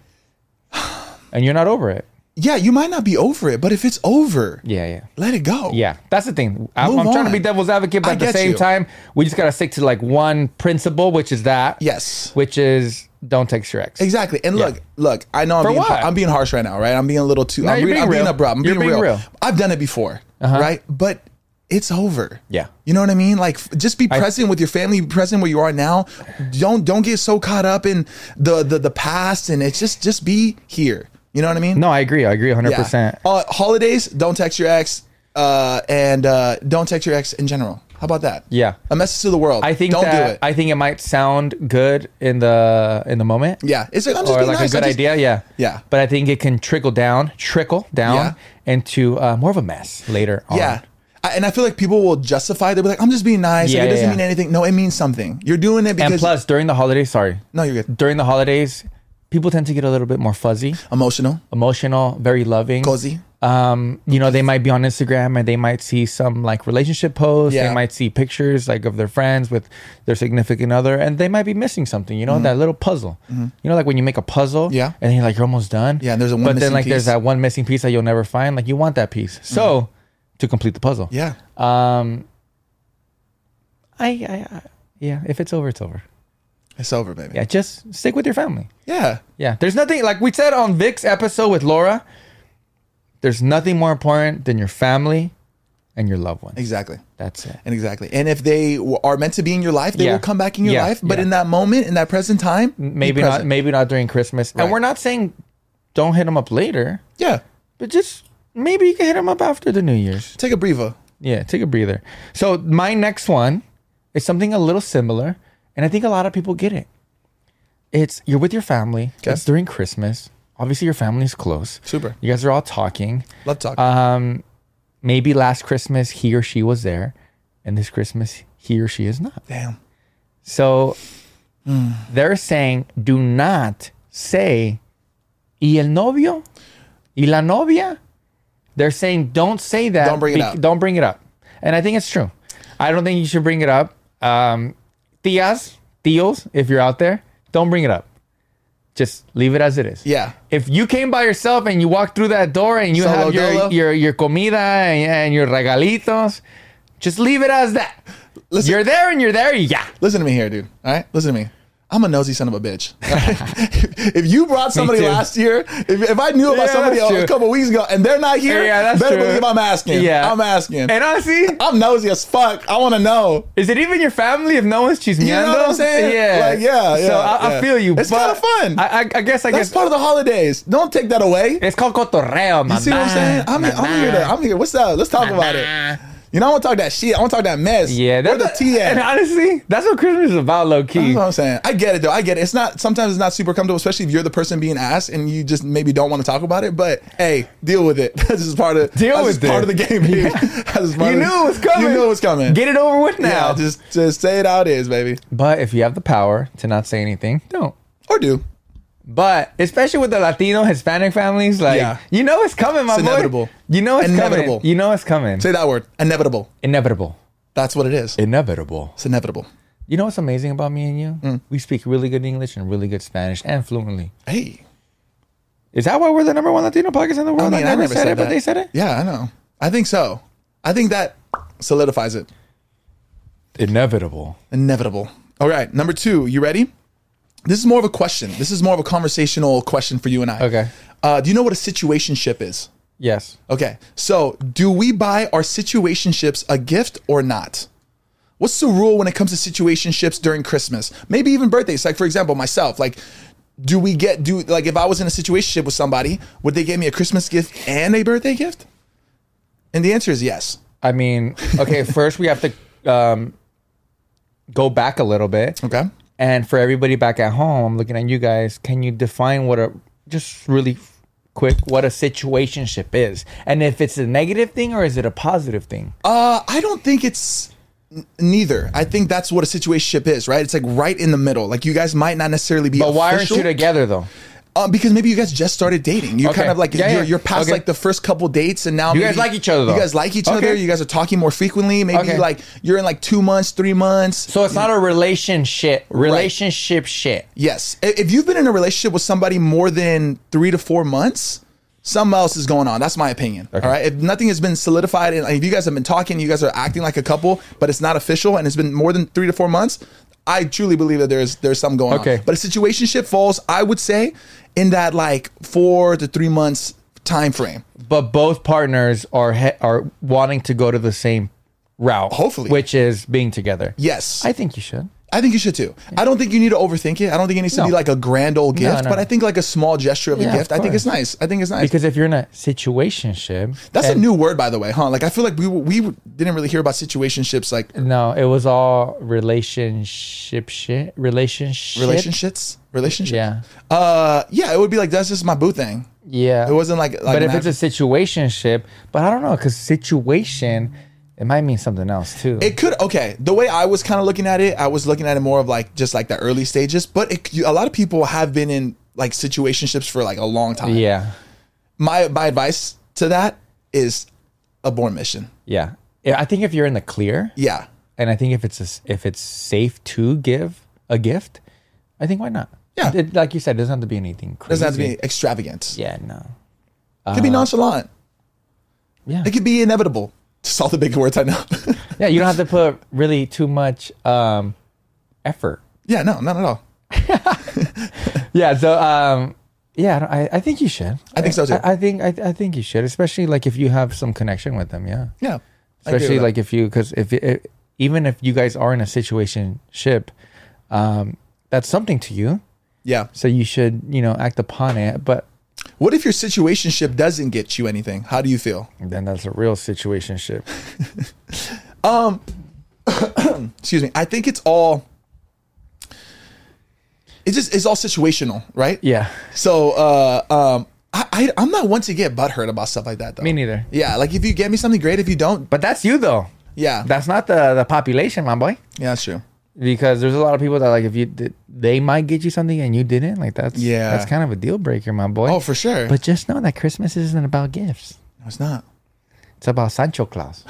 [SPEAKER 2] <sighs> And you're not over it.
[SPEAKER 1] Yeah, you might not be over it, but if it's over,
[SPEAKER 2] Yeah, yeah.
[SPEAKER 1] let it go.
[SPEAKER 2] Yeah, that's the thing. I, I'm
[SPEAKER 1] Move
[SPEAKER 2] trying to
[SPEAKER 1] on.
[SPEAKER 2] be devil's advocate, but
[SPEAKER 1] I
[SPEAKER 2] at the
[SPEAKER 1] get
[SPEAKER 2] same
[SPEAKER 1] you.
[SPEAKER 2] time, we just gotta stick to like one principle, which is that.
[SPEAKER 1] Yes.
[SPEAKER 2] Which is don't text your ex.
[SPEAKER 1] Exactly. And look, look, I know I'm being,
[SPEAKER 2] what?
[SPEAKER 1] I'm being harsh right now, right? I'm being a little too I'm,
[SPEAKER 2] you're
[SPEAKER 1] being,
[SPEAKER 2] being
[SPEAKER 1] I'm being
[SPEAKER 2] real.
[SPEAKER 1] abrupt. I'm
[SPEAKER 2] You're
[SPEAKER 1] being,
[SPEAKER 2] being
[SPEAKER 1] real.
[SPEAKER 2] real. Uh-huh.
[SPEAKER 1] I've done it before, right? But it's over.
[SPEAKER 2] Yeah.
[SPEAKER 1] You know what I mean? Like f- just be present with your family, be present where you are now. Don't don't get so caught up in the the, the past and it's just just be here. You know what I mean?
[SPEAKER 2] No, I agree. I agree 100.
[SPEAKER 1] Yeah.
[SPEAKER 2] percent
[SPEAKER 1] Uh, holidays, don't text your ex uh, and uh, don't text your ex in general. How about that?
[SPEAKER 2] Yeah.
[SPEAKER 1] A message to the world.
[SPEAKER 2] I think
[SPEAKER 1] don't
[SPEAKER 2] that,
[SPEAKER 1] do it.
[SPEAKER 2] I think it might sound good in the in the moment.
[SPEAKER 1] yeah. It's like I'm just
[SPEAKER 2] or
[SPEAKER 1] being
[SPEAKER 2] like
[SPEAKER 1] nice.
[SPEAKER 2] a good
[SPEAKER 1] I'm just-
[SPEAKER 2] idea. Yeah.
[SPEAKER 1] Yeah.
[SPEAKER 2] But I think it can trickle down, trickle down
[SPEAKER 1] Yeah.
[SPEAKER 2] into uh, more of a mess later on.
[SPEAKER 1] Yeah. I, and I feel like people will justify. They'll be like, I'm just being nice.
[SPEAKER 2] Yeah,
[SPEAKER 1] like, it
[SPEAKER 2] yeah,
[SPEAKER 1] doesn't
[SPEAKER 2] yeah.
[SPEAKER 1] mean anything. No, it means something. You're doing it because.
[SPEAKER 2] And plus, during the holidays, sorry,
[SPEAKER 1] no, you're good.
[SPEAKER 2] during the holidays, people tend to get a little bit more fuzzy,
[SPEAKER 1] Emotional,
[SPEAKER 2] emotional, very loving.
[SPEAKER 1] cozy.
[SPEAKER 2] Um, you know, they might be on Instagram and they might see some like relationship posts.
[SPEAKER 1] Yeah.
[SPEAKER 2] They might see pictures like of their friends with their significant other, and they might be missing something. You know, that little puzzle. You know, like when you make a puzzle,
[SPEAKER 1] Mm-hmm. Yeah.
[SPEAKER 2] and then you're like you're almost done.
[SPEAKER 1] Yeah, and there's a one
[SPEAKER 2] but
[SPEAKER 1] missing
[SPEAKER 2] then like
[SPEAKER 1] piece. Mm-hmm.
[SPEAKER 2] there's that one missing piece that you'll never find. Like you want that piece, so to complete the puzzle.
[SPEAKER 1] Yeah.
[SPEAKER 2] Um. I, I, I yeah. If it's over, it's over.
[SPEAKER 1] It's over, baby.
[SPEAKER 2] Yeah, just stick with your family.
[SPEAKER 1] Yeah.
[SPEAKER 2] Yeah, there's nothing like we said on Vic's episode with Laura. There's nothing more important than your family and your loved ones.
[SPEAKER 1] Exactly.
[SPEAKER 2] That's it.
[SPEAKER 1] And exactly. And if they w- are meant to be in your life, they
[SPEAKER 2] Yeah.
[SPEAKER 1] will come back in your
[SPEAKER 2] Yeah,
[SPEAKER 1] life. But
[SPEAKER 2] yeah.
[SPEAKER 1] in that moment, in that present time, be
[SPEAKER 2] Maybe not.
[SPEAKER 1] present.
[SPEAKER 2] Maybe not during Christmas.
[SPEAKER 1] Right.
[SPEAKER 2] And we're not saying don't hit them up later,
[SPEAKER 1] Yeah.
[SPEAKER 2] but just maybe you can hit them up after the New Year's.
[SPEAKER 1] Take a breather.
[SPEAKER 2] Yeah, take a breather. So my next one is something a little similar, and I think a lot of people get it. It's you're with your family. It's during Christmas. Obviously, your family's close.
[SPEAKER 1] Super.
[SPEAKER 2] You guys are all talking.
[SPEAKER 1] Love talk.
[SPEAKER 2] Um, maybe last Christmas he or she was there, and this Christmas he or she is not.
[SPEAKER 1] Damn.
[SPEAKER 2] So
[SPEAKER 1] Hmm.
[SPEAKER 2] they're saying, do not say, y el novio, y la novia. They're saying, don't say that.
[SPEAKER 1] Don't bring it up.
[SPEAKER 2] Don't bring it up. And I think it's true. I don't think you should bring it up. Um, tias, tios, if you're out there, don't bring it up. Just leave it as it is
[SPEAKER 1] Yeah.
[SPEAKER 2] if you came by yourself and you walked through that door and you
[SPEAKER 1] Solo
[SPEAKER 2] have your,
[SPEAKER 1] dolo.
[SPEAKER 2] your your comida and, and your regalitos, just leave it as that.
[SPEAKER 1] Listen-
[SPEAKER 2] You're there and you're there. Yeah.
[SPEAKER 1] Listen to me here, dude. All right, listen to me. I'm a nosy son of a bitch. <laughs> if you brought somebody
[SPEAKER 2] too.
[SPEAKER 1] last year, if, if I knew about
[SPEAKER 2] Yeah,
[SPEAKER 1] somebody
[SPEAKER 2] that's
[SPEAKER 1] a
[SPEAKER 2] true.
[SPEAKER 1] couple weeks ago and they're not here,
[SPEAKER 2] Yeah, that's
[SPEAKER 1] better
[SPEAKER 2] true.
[SPEAKER 1] believe I'm asking.
[SPEAKER 2] Yeah.
[SPEAKER 1] I'm asking.
[SPEAKER 2] And honestly,
[SPEAKER 1] I'm nosy as fuck. I want to know.
[SPEAKER 2] is it even your family if no one's chismeando?
[SPEAKER 1] know what I'm saying?
[SPEAKER 2] Yeah.
[SPEAKER 1] Like, yeah,
[SPEAKER 2] So
[SPEAKER 1] yeah,
[SPEAKER 2] I,
[SPEAKER 1] yeah.
[SPEAKER 2] I feel you.
[SPEAKER 1] It's
[SPEAKER 2] but
[SPEAKER 1] kinda fun.
[SPEAKER 2] I, I, I guess I
[SPEAKER 1] That's
[SPEAKER 2] guess
[SPEAKER 1] part of the holidays. Don't take that away.
[SPEAKER 2] it's called cotorreo, man.
[SPEAKER 1] You see what I'm saying? I'm, I'm here. To, I'm here. What's up? Let's talk about it. You know, I want to talk that shit. I want to talk that mess.
[SPEAKER 2] yeah,
[SPEAKER 1] Where
[SPEAKER 2] that's
[SPEAKER 1] the Uh-huh, tea at?
[SPEAKER 2] And honestly, that's what Christmas is about, low key.
[SPEAKER 1] That's what I'm saying. I get it though. I get it. It's not sometimes it's not super comfortable, especially if you're the person being asked and you just maybe don't want to talk about it. But hey, deal with it. <laughs> this is part of
[SPEAKER 2] Deal
[SPEAKER 1] that's
[SPEAKER 2] with
[SPEAKER 1] just part
[SPEAKER 2] it.
[SPEAKER 1] of the game. Dude.
[SPEAKER 2] Yeah.
[SPEAKER 1] <laughs> That's just part
[SPEAKER 2] You
[SPEAKER 1] of the-
[SPEAKER 2] knew it was coming.
[SPEAKER 1] You knew it was coming.
[SPEAKER 2] Get it over with now.
[SPEAKER 1] Yeah, just just say it how it is, baby,
[SPEAKER 2] but if you have the power to not say anything, don't.
[SPEAKER 1] or do.
[SPEAKER 2] But especially with the Latino Hispanic families, like
[SPEAKER 1] Yeah.
[SPEAKER 2] you know it's coming, my
[SPEAKER 1] It's
[SPEAKER 2] boy.
[SPEAKER 1] inevitable.
[SPEAKER 2] You know it's
[SPEAKER 1] Inevitable.
[SPEAKER 2] coming. You know it's coming.
[SPEAKER 1] Say that word. Inevitable.
[SPEAKER 2] Inevitable.
[SPEAKER 1] That's what it is.
[SPEAKER 2] Inevitable. Mm.
[SPEAKER 1] It's inevitable.
[SPEAKER 2] You know what's amazing about me and you? We speak really good English and really good Spanish and fluently.
[SPEAKER 1] Hey,
[SPEAKER 2] Is that why we're the number one Latino podcast in the world? I, never, said, it, but
[SPEAKER 1] that.
[SPEAKER 2] they said it.
[SPEAKER 1] Yeah, I know. I think so. I think that solidifies it.
[SPEAKER 2] Inevitable.
[SPEAKER 1] Inevitable. All right, number two. You ready? This is more of a question. This is more of a conversational question for you and I.
[SPEAKER 2] Okay.
[SPEAKER 1] Uh, do you know what a situationship is?
[SPEAKER 2] Yes.
[SPEAKER 1] Okay. So, do we buy our situationships a gift or not? What's the rule when it comes to situationships during Christmas? Maybe even birthdays. Like for example, myself, like do we get do like if I was in a situationship with somebody, would they give me a Christmas gift and a birthday gift? And the answer is yes.
[SPEAKER 2] I mean, <laughs> okay, first we have to um, go back a little bit.
[SPEAKER 1] Okay.
[SPEAKER 2] And for everybody back at home, I'm looking at you guys. Can you define what a just really quick what a situationship is, and if it's a negative thing or is it a positive thing?
[SPEAKER 1] Uh, I don't think it's n- neither. I think that's what a situationship is, right? It's like right in the middle. Like you guys might not necessarily be.
[SPEAKER 2] but why aren't
[SPEAKER 1] official.
[SPEAKER 2] you together though?
[SPEAKER 1] Um, because maybe you guys just started dating. You are
[SPEAKER 2] Okay.
[SPEAKER 1] kind of like
[SPEAKER 2] Yeah,
[SPEAKER 1] you're,
[SPEAKER 2] yeah.
[SPEAKER 1] you're past
[SPEAKER 2] Okay.
[SPEAKER 1] like the first couple dates, and now
[SPEAKER 2] You
[SPEAKER 1] maybe-
[SPEAKER 2] guys like each other, though.
[SPEAKER 1] You guys like each
[SPEAKER 2] Okay.
[SPEAKER 1] other. You guys are talking more frequently. Maybe
[SPEAKER 2] Okay.
[SPEAKER 1] like you're in like two months, three months.
[SPEAKER 2] So it's not a relationship, relationship shit.
[SPEAKER 1] Yes, I- if you've been in a relationship with somebody more than three to four months, something else is going on. That's my opinion. All right, if nothing has been solidified, and like, if you guys have been talking, you guys are acting like a couple, but it's not official, and it's been more than three to four months. I truly believe that there's there's something going
[SPEAKER 2] Okay.
[SPEAKER 1] on. But a situationship falls, I would say, in that like four to three months time frame.
[SPEAKER 2] But both partners are he- are wanting to go to the same route,
[SPEAKER 1] Hopefully.
[SPEAKER 2] which is being together.
[SPEAKER 1] Yes.
[SPEAKER 2] I think you should.
[SPEAKER 1] I think you should too. I don't think you need to overthink it. I don't think it needs to
[SPEAKER 2] No.
[SPEAKER 1] be like a grand old gift,
[SPEAKER 2] no.
[SPEAKER 1] but I think like a small gesture of
[SPEAKER 2] Yeah,
[SPEAKER 1] a
[SPEAKER 2] of
[SPEAKER 1] gift. I think it's
[SPEAKER 2] course.
[SPEAKER 1] nice. I think it's nice.
[SPEAKER 2] Because if you're in a situationship,
[SPEAKER 1] That's
[SPEAKER 2] and-
[SPEAKER 1] a new word, by the way, huh? Like I feel like we we didn't really hear about situationships, like
[SPEAKER 2] No, it was all relationship shit. Relationship.
[SPEAKER 1] relationships, relationships.
[SPEAKER 2] Yeah.
[SPEAKER 1] Uh, yeah. It would be like that's just my boo thing.
[SPEAKER 2] Yeah.
[SPEAKER 1] It wasn't like, like
[SPEAKER 2] but
[SPEAKER 1] an
[SPEAKER 2] if it's a
[SPEAKER 1] act-
[SPEAKER 2] situationship, but I don't know because situation, it might mean something else too.
[SPEAKER 1] it could okay. The way I was kind of looking at it, I was looking at it more of like just like the early stages. But it, you- a lot of people have been in like situationships for like a long time.
[SPEAKER 2] yeah.
[SPEAKER 1] My my advice to that is abort mission.
[SPEAKER 2] Yeah. Yeah, I think if you're in the clear,
[SPEAKER 1] Yeah.
[SPEAKER 2] and I think if it's a s if it's safe to give a gift, I think why not?
[SPEAKER 1] Yeah.
[SPEAKER 2] It- like you said, it doesn't have to be anything crazy.
[SPEAKER 1] doesn't have to be extravagant.
[SPEAKER 2] Yeah. No.
[SPEAKER 1] It could be nonchalant.
[SPEAKER 2] Yeah.
[SPEAKER 1] It could be inevitable. Just all the big words I know. <laughs>
[SPEAKER 2] Yeah. You don't have to put really too much um, effort.
[SPEAKER 1] yeah, no, not at all.
[SPEAKER 2] Yeah. So, um, yeah, I don't- I, I think you should.
[SPEAKER 1] I think so, too.
[SPEAKER 2] I, I think I, I think you should, especially like if you have some connection with them. Yeah.
[SPEAKER 1] Yeah. I agree
[SPEAKER 2] Especially
[SPEAKER 1] with
[SPEAKER 2] like if you, because if, if even if you guys are in a situation ship, um, that's something to you.
[SPEAKER 1] that. yeah.
[SPEAKER 2] So you should, you know, act upon it. But
[SPEAKER 1] What if your situationship doesn't get you anything? How do you feel?
[SPEAKER 2] then that's a real situation
[SPEAKER 1] <laughs>
[SPEAKER 2] ship.
[SPEAKER 1] Excuse me. I think it's all. It's just it's all situational, right?
[SPEAKER 2] Yeah.
[SPEAKER 1] So, uh, um, I, I I'm not one to get butthurt about stuff like that though.
[SPEAKER 2] Me neither.
[SPEAKER 1] Yeah, like if you get me something great, if you don't,
[SPEAKER 2] But that's you though.
[SPEAKER 1] yeah,
[SPEAKER 2] That's not the, the population, my boy.
[SPEAKER 1] yeah, that's true.
[SPEAKER 2] Because there's a lot of people that like if you did, they might get you something and you didn't. Like that's
[SPEAKER 1] Yeah.
[SPEAKER 2] that's kind of a deal breaker, my boy.
[SPEAKER 1] Oh, for sure.
[SPEAKER 2] But just know that Christmas isn't about gifts.
[SPEAKER 1] no, it's not.
[SPEAKER 2] It's about
[SPEAKER 1] <laughs>
[SPEAKER 2] Sancho Claus.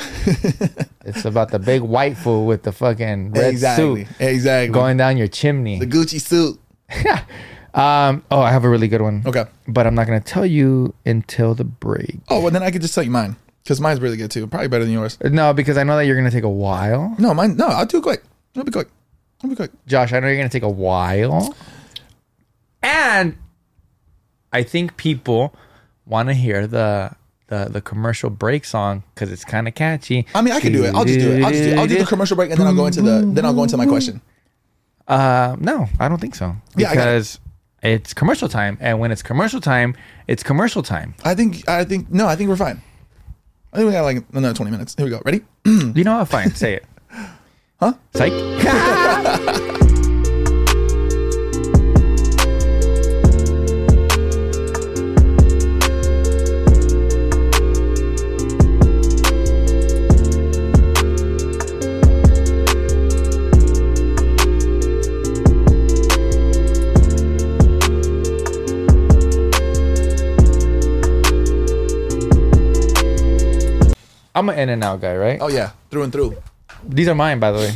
[SPEAKER 2] it's about the big white fool with the fucking red
[SPEAKER 1] exactly.
[SPEAKER 2] suit
[SPEAKER 1] Exactly.
[SPEAKER 2] going down your chimney.
[SPEAKER 1] the Gucci suit.
[SPEAKER 2] Um, oh, I have a really good one.
[SPEAKER 1] Okay.
[SPEAKER 2] But I'm not going to tell you until the break.
[SPEAKER 1] Oh, well, then I could just tell you mine because mine's really good too. Probably better than yours.
[SPEAKER 2] No, because I know that you're going to take a while.
[SPEAKER 1] No, mine. No, I'll do it quick. I'll be quick. I'll be quick.
[SPEAKER 2] Josh, I know you're going to take a while. And I think people want to hear the. The, the commercial break song because it's kind of catchy.
[SPEAKER 1] I mean, I could do it. I'll just do it. I'll just do it. I'll do the commercial break and then I'll go into the then I'll go into my question.
[SPEAKER 2] Uh, no, I don't think so.
[SPEAKER 1] Yeah, I got it.
[SPEAKER 2] Because it's commercial time, and when it's commercial time, it's commercial time.
[SPEAKER 1] I think I think no, I think we're fine. I think we got like another twenty minutes. Here we go. Ready?
[SPEAKER 2] You know what? Fine, say it.
[SPEAKER 1] Huh?
[SPEAKER 2] Psych. I'm an in and out guy, right?
[SPEAKER 1] Oh yeah, through and through,
[SPEAKER 2] These are mine, by the way.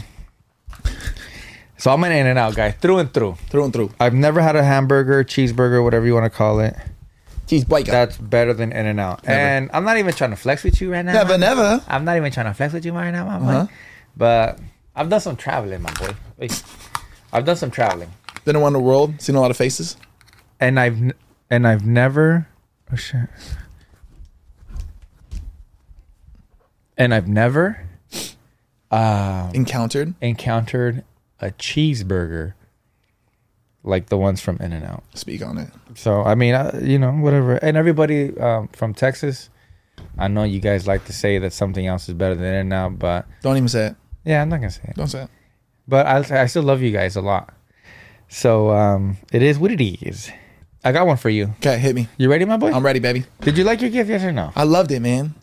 [SPEAKER 2] So I'm an in and out guy, through and through.
[SPEAKER 1] through and through.
[SPEAKER 2] I've never had a hamburger, cheeseburger, whatever you want to call it.
[SPEAKER 1] Cheeseburger.
[SPEAKER 2] That's better than in and out. And I'm not even trying to flex with you right now.
[SPEAKER 1] never,
[SPEAKER 2] my-
[SPEAKER 1] never.
[SPEAKER 2] I'm not even trying to flex with you right now, my boy.
[SPEAKER 1] Uh-huh.
[SPEAKER 2] But I've done some traveling, my boy. Wait. I've done some traveling.
[SPEAKER 1] Been around the world, seen a lot of faces.
[SPEAKER 2] and I've n- and I've never oh shit. And I've never
[SPEAKER 1] Encountered.
[SPEAKER 2] encountered a cheeseburger like the ones from In and Out.
[SPEAKER 1] Speak on it.
[SPEAKER 2] So I mean, I, you know, whatever. And everybody um, from Texas, I know you guys like to say that something else is better than In and Out, but
[SPEAKER 1] Don't even say it.
[SPEAKER 2] yeah, I'm not gonna say it.
[SPEAKER 1] Don't say it.
[SPEAKER 2] But I I still love you guys a lot. So um, it is what it is. I got one for you.
[SPEAKER 1] Okay, hit me.
[SPEAKER 2] You ready, my boy?
[SPEAKER 1] I'm ready, baby.
[SPEAKER 2] Did you like your gift? Yes or no?
[SPEAKER 1] I loved it, man.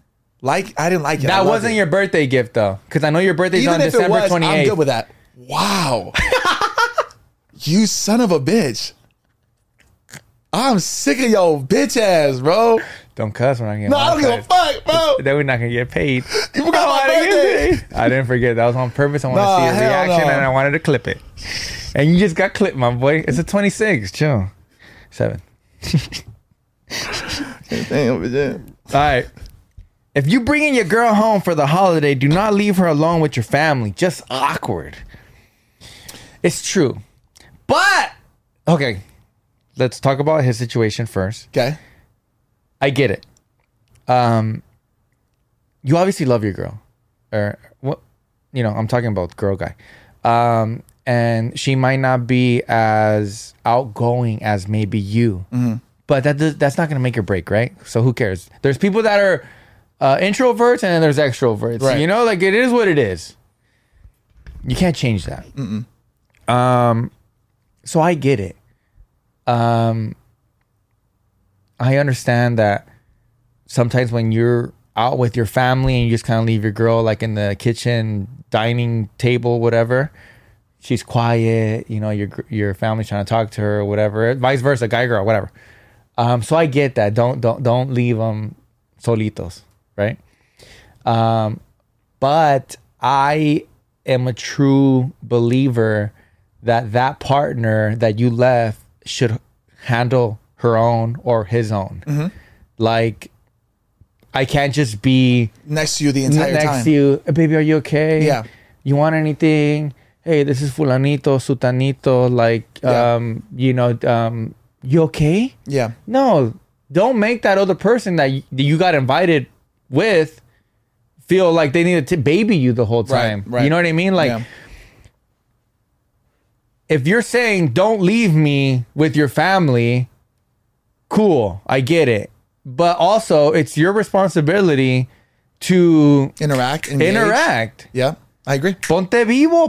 [SPEAKER 1] Like I didn't like it. I
[SPEAKER 2] That
[SPEAKER 1] loved
[SPEAKER 2] wasn't
[SPEAKER 1] it.
[SPEAKER 2] your birthday gift though, because I know your birthday's
[SPEAKER 1] Even
[SPEAKER 2] on
[SPEAKER 1] if it
[SPEAKER 2] December
[SPEAKER 1] was, I'm good
[SPEAKER 2] 28th.
[SPEAKER 1] with that. Wow. <laughs> you son of a bitch. I'm sick of your bitch ass, bro.
[SPEAKER 2] Don't cuss when I get.
[SPEAKER 1] No, I don't give a fuck, bro.
[SPEAKER 2] <laughs> Then we're not gonna get paid.
[SPEAKER 1] You forgot my
[SPEAKER 2] I didn't get
[SPEAKER 1] birthday.
[SPEAKER 2] paid. I didn't forget. That was on purpose. I want to
[SPEAKER 1] Nah,
[SPEAKER 2] see a
[SPEAKER 1] hell
[SPEAKER 2] reaction,
[SPEAKER 1] no.
[SPEAKER 2] and I wanted to clip it. And you just got clipped, my boy. It's a 26. Chill. Seven.
[SPEAKER 1] Damn, bitch.
[SPEAKER 2] All right. If you bringing your girl home for the holiday, do not leave her alone with your family. Just awkward. It's true. But okay, let's talk about his situation first.
[SPEAKER 1] Okay.
[SPEAKER 2] I get it. Um, you obviously love your girl, or what? You know, I'm talking about girl guy. Um, and she might not be as outgoing as maybe you, but that does, that's not gonna make or break, right? So who cares? There's people that are uh, introverts and then there's extroverts.
[SPEAKER 1] Right.
[SPEAKER 2] You know, like it is what it is. You can't change that. Um, so I get it. Um, I understand that sometimes when you're out with your family and you just kind of leave your girl like in the kitchen, dining table, whatever, she's quiet. You know, your gr- your family's trying to talk to her, or whatever. Vice versa, guy girl, whatever. Um, so I get that. Don't don't don't leave them solitos, right? Um, but I am a true believer that that partner that you left should handle her own or his own.
[SPEAKER 1] Mm-hmm.
[SPEAKER 2] Like, I can't just be
[SPEAKER 1] Next to you the entire
[SPEAKER 2] next
[SPEAKER 1] time.
[SPEAKER 2] to you. "Uh, Baby, are you okay?
[SPEAKER 1] Yeah.
[SPEAKER 2] You want anything? Hey, this is fulanito, sutanito. Like,
[SPEAKER 1] Yeah.
[SPEAKER 2] um, you know, um, you okay?
[SPEAKER 1] Yeah.
[SPEAKER 2] No, don't make that other person that you, that you got invited with feel like they needed to baby you the whole
[SPEAKER 1] Right,
[SPEAKER 2] time.
[SPEAKER 1] right.
[SPEAKER 2] You know what I mean? Like,
[SPEAKER 1] yeah.
[SPEAKER 2] if you're saying don't leave me with your family, cool, I get it. But also, it's your responsibility to
[SPEAKER 1] Interact. engage.
[SPEAKER 2] interact.
[SPEAKER 1] Yeah. I agree.
[SPEAKER 2] Ponte vivo,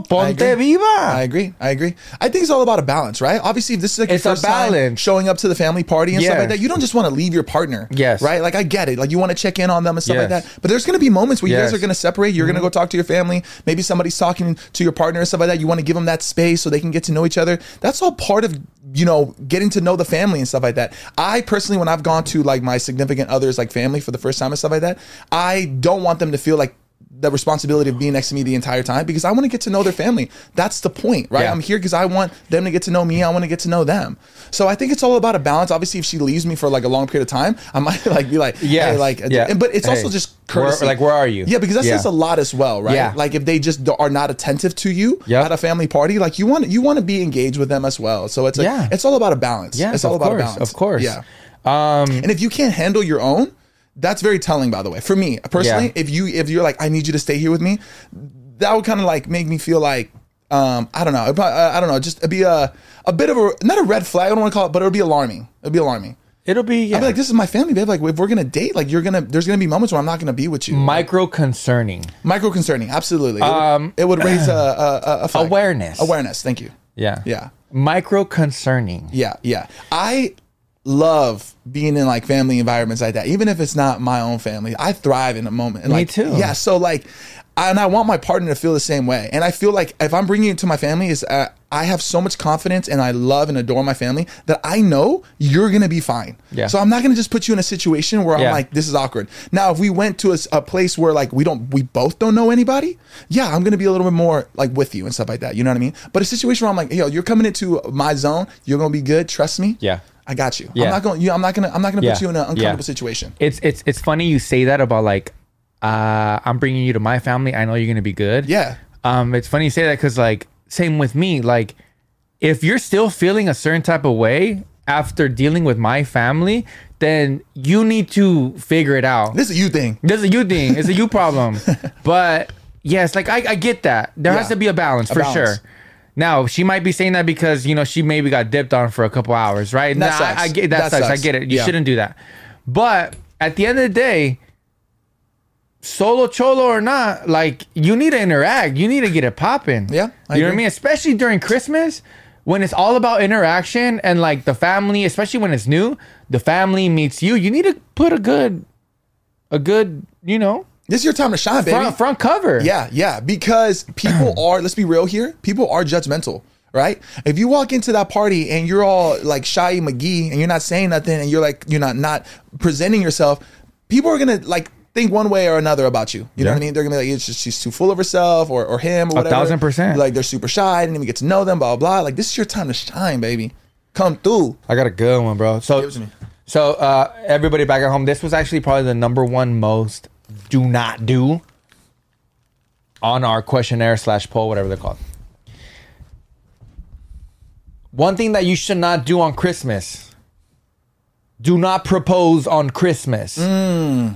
[SPEAKER 1] I
[SPEAKER 2] ponte
[SPEAKER 1] agree. I
[SPEAKER 2] viva.
[SPEAKER 1] agree. I agree. I think it's all about a balance, right? Obviously, if this is like
[SPEAKER 2] It's a
[SPEAKER 1] your first time
[SPEAKER 2] balance.
[SPEAKER 1] showing up to the family party and stuff
[SPEAKER 2] Yeah.
[SPEAKER 1] like that. You don't just want to leave your partner.
[SPEAKER 2] Yes.
[SPEAKER 1] Right? Like I get it. Like you want to check in on them and stuff like
[SPEAKER 2] Yes.
[SPEAKER 1] that. But there's gonna be moments where you
[SPEAKER 2] Yes.
[SPEAKER 1] guys are gonna separate. You're gonna go talk to your family. Maybe somebody's talking to your partner and stuff like that. You want to give them that space so they can get to know each other. That's all part of you know getting to know the family and stuff like that. I personally, when I've gone to like my significant others, like family for the first time and stuff like that, I don't want them to feel like the responsibility of being next to me the entire time because I want to get to know their family. That's the point, right?
[SPEAKER 2] Yeah.
[SPEAKER 1] I'm here because I want them to get to know me. I want to get to know them. So I think it's all about a balance. Obviously, if she leaves me for like a long period of time, I might <laughs> like be like,
[SPEAKER 2] Yes.
[SPEAKER 1] hey, like,
[SPEAKER 2] Yeah.
[SPEAKER 1] and, but it's also
[SPEAKER 2] Hey,
[SPEAKER 1] just
[SPEAKER 2] where-
[SPEAKER 1] courtesy.
[SPEAKER 2] like, where are you?
[SPEAKER 1] Yeah, because that
[SPEAKER 2] Yeah.
[SPEAKER 1] says a lot as well, right?
[SPEAKER 2] Yeah.
[SPEAKER 1] Like if they just do- are not attentive to you
[SPEAKER 2] Yep.
[SPEAKER 1] at a family party, like you want you want to be engaged with them as well. So it's like,
[SPEAKER 2] Yeah.
[SPEAKER 1] it's all about a balance.
[SPEAKER 2] Yes,
[SPEAKER 1] it's all
[SPEAKER 2] of
[SPEAKER 1] about
[SPEAKER 2] course,
[SPEAKER 1] a balance.
[SPEAKER 2] of course. Mm-hmm.
[SPEAKER 1] Yeah. And if you can't handle your own, that's very telling, by the way. For me personally,
[SPEAKER 2] Yeah.
[SPEAKER 1] if you if you're like, I need you to stay here with me, that would kind of like make me feel like, um, I don't know, it'd prob- uh, I don't know, just it'd be a a bit of a not a red flag. I don't want to call it, but it would be alarming. It'd be alarming.
[SPEAKER 2] It'll be, yeah,
[SPEAKER 1] I'd be like, this is my family, babe. Like, if we're gonna date, like you're gonna, there's gonna be moments where I'm not gonna be with you.
[SPEAKER 2] micro concerning
[SPEAKER 1] Micro concerning, absolutely. It would,
[SPEAKER 2] Um,
[SPEAKER 1] it would raise a a, a, a flag.
[SPEAKER 2] awareness.
[SPEAKER 1] Awareness. Thank you.
[SPEAKER 2] Yeah.
[SPEAKER 1] Yeah.
[SPEAKER 2] Micro concerning.
[SPEAKER 1] Yeah, yeah. I love being in like family environments like that, even if it's not my own family. I thrive in the moment. And,
[SPEAKER 2] Me
[SPEAKER 1] like,
[SPEAKER 2] too.
[SPEAKER 1] Yeah. So like, and I want my partner to feel the same way. And I feel like if I'm bringing it to my family, is uh, I have so much confidence and I love and adore my family that I know you're gonna be fine.
[SPEAKER 2] Yeah.
[SPEAKER 1] So I'm not gonna just put you in a situation where
[SPEAKER 2] Yeah.
[SPEAKER 1] I'm like, this is awkward. Now, if we went to a, s- a place where like we don't, we both don't know anybody, yeah, I'm gonna be a little bit more like with you and stuff like that. You know what I mean? But a situation where I'm like, yo, you're coming into my zone, you're gonna be good. Trust me.
[SPEAKER 2] Yeah.
[SPEAKER 1] I got you.
[SPEAKER 2] Yeah.
[SPEAKER 1] I'm not going. You, I'm not gonna. I'm not gonna
[SPEAKER 2] Yeah.
[SPEAKER 1] put you in an uncomfortable
[SPEAKER 2] Yeah.
[SPEAKER 1] situation.
[SPEAKER 2] It's it's it's funny you say that about like uh I'm bringing you to my family. I know you're going to be good.
[SPEAKER 1] Yeah.
[SPEAKER 2] Um it's funny you say that cuz like same with me like if you're still feeling a certain type of way after dealing with my family, then you need to figure it out.
[SPEAKER 1] This is you thing.
[SPEAKER 2] That's a you thing. It's a you
[SPEAKER 1] <laughs>
[SPEAKER 2] problem. but yes, like I, I get that. There has
[SPEAKER 1] Yeah.
[SPEAKER 2] to be a balance for
[SPEAKER 1] balance.
[SPEAKER 2] sure. Now she might be saying that because you know she maybe got dipped on for a couple hours, right? And
[SPEAKER 1] That
[SPEAKER 2] I-
[SPEAKER 1] sucks.
[SPEAKER 2] I, get that,
[SPEAKER 1] That
[SPEAKER 2] sucks. I
[SPEAKER 1] sucks.
[SPEAKER 2] get it. You
[SPEAKER 1] Yeah.
[SPEAKER 2] shouldn't do that. But at the end of the day, solo cholo or not, like you need to interact. You need to get it popping.
[SPEAKER 1] Yeah, I
[SPEAKER 2] you know what I
[SPEAKER 1] agree.
[SPEAKER 2] mean. Especially during Christmas, when it's all about interaction and like the family, especially when it's new, the family meets you. You need to put a good, a good, you know,
[SPEAKER 1] This is your time to shine, baby.
[SPEAKER 2] front front cover.
[SPEAKER 1] Yeah, yeah. Because
[SPEAKER 2] <clears throat>
[SPEAKER 1] people are, let's be real here, people are judgmental, right? If you walk into that party and you're all like Shy McGee and you're not saying nothing and you're like, you're not not presenting yourself, people are gonna like think one way or another about you. You know
[SPEAKER 2] Yeah.
[SPEAKER 1] what I mean? They're gonna be like, it's just she's too full of herself or, or him or whatever.
[SPEAKER 2] thousand percent.
[SPEAKER 1] Like they're super shy, didn't even get to know them, blah, blah, blah. Like this is your time to shine, baby. Come through.
[SPEAKER 2] I got a good one, bro. So,
[SPEAKER 1] it to me.
[SPEAKER 2] so uh, everybody back at home, this was actually probably the number one most do not do on our questionnaire slash poll, whatever they're called. One thing that you should not do on Christmas: do not propose on Christmas.
[SPEAKER 1] Hmm.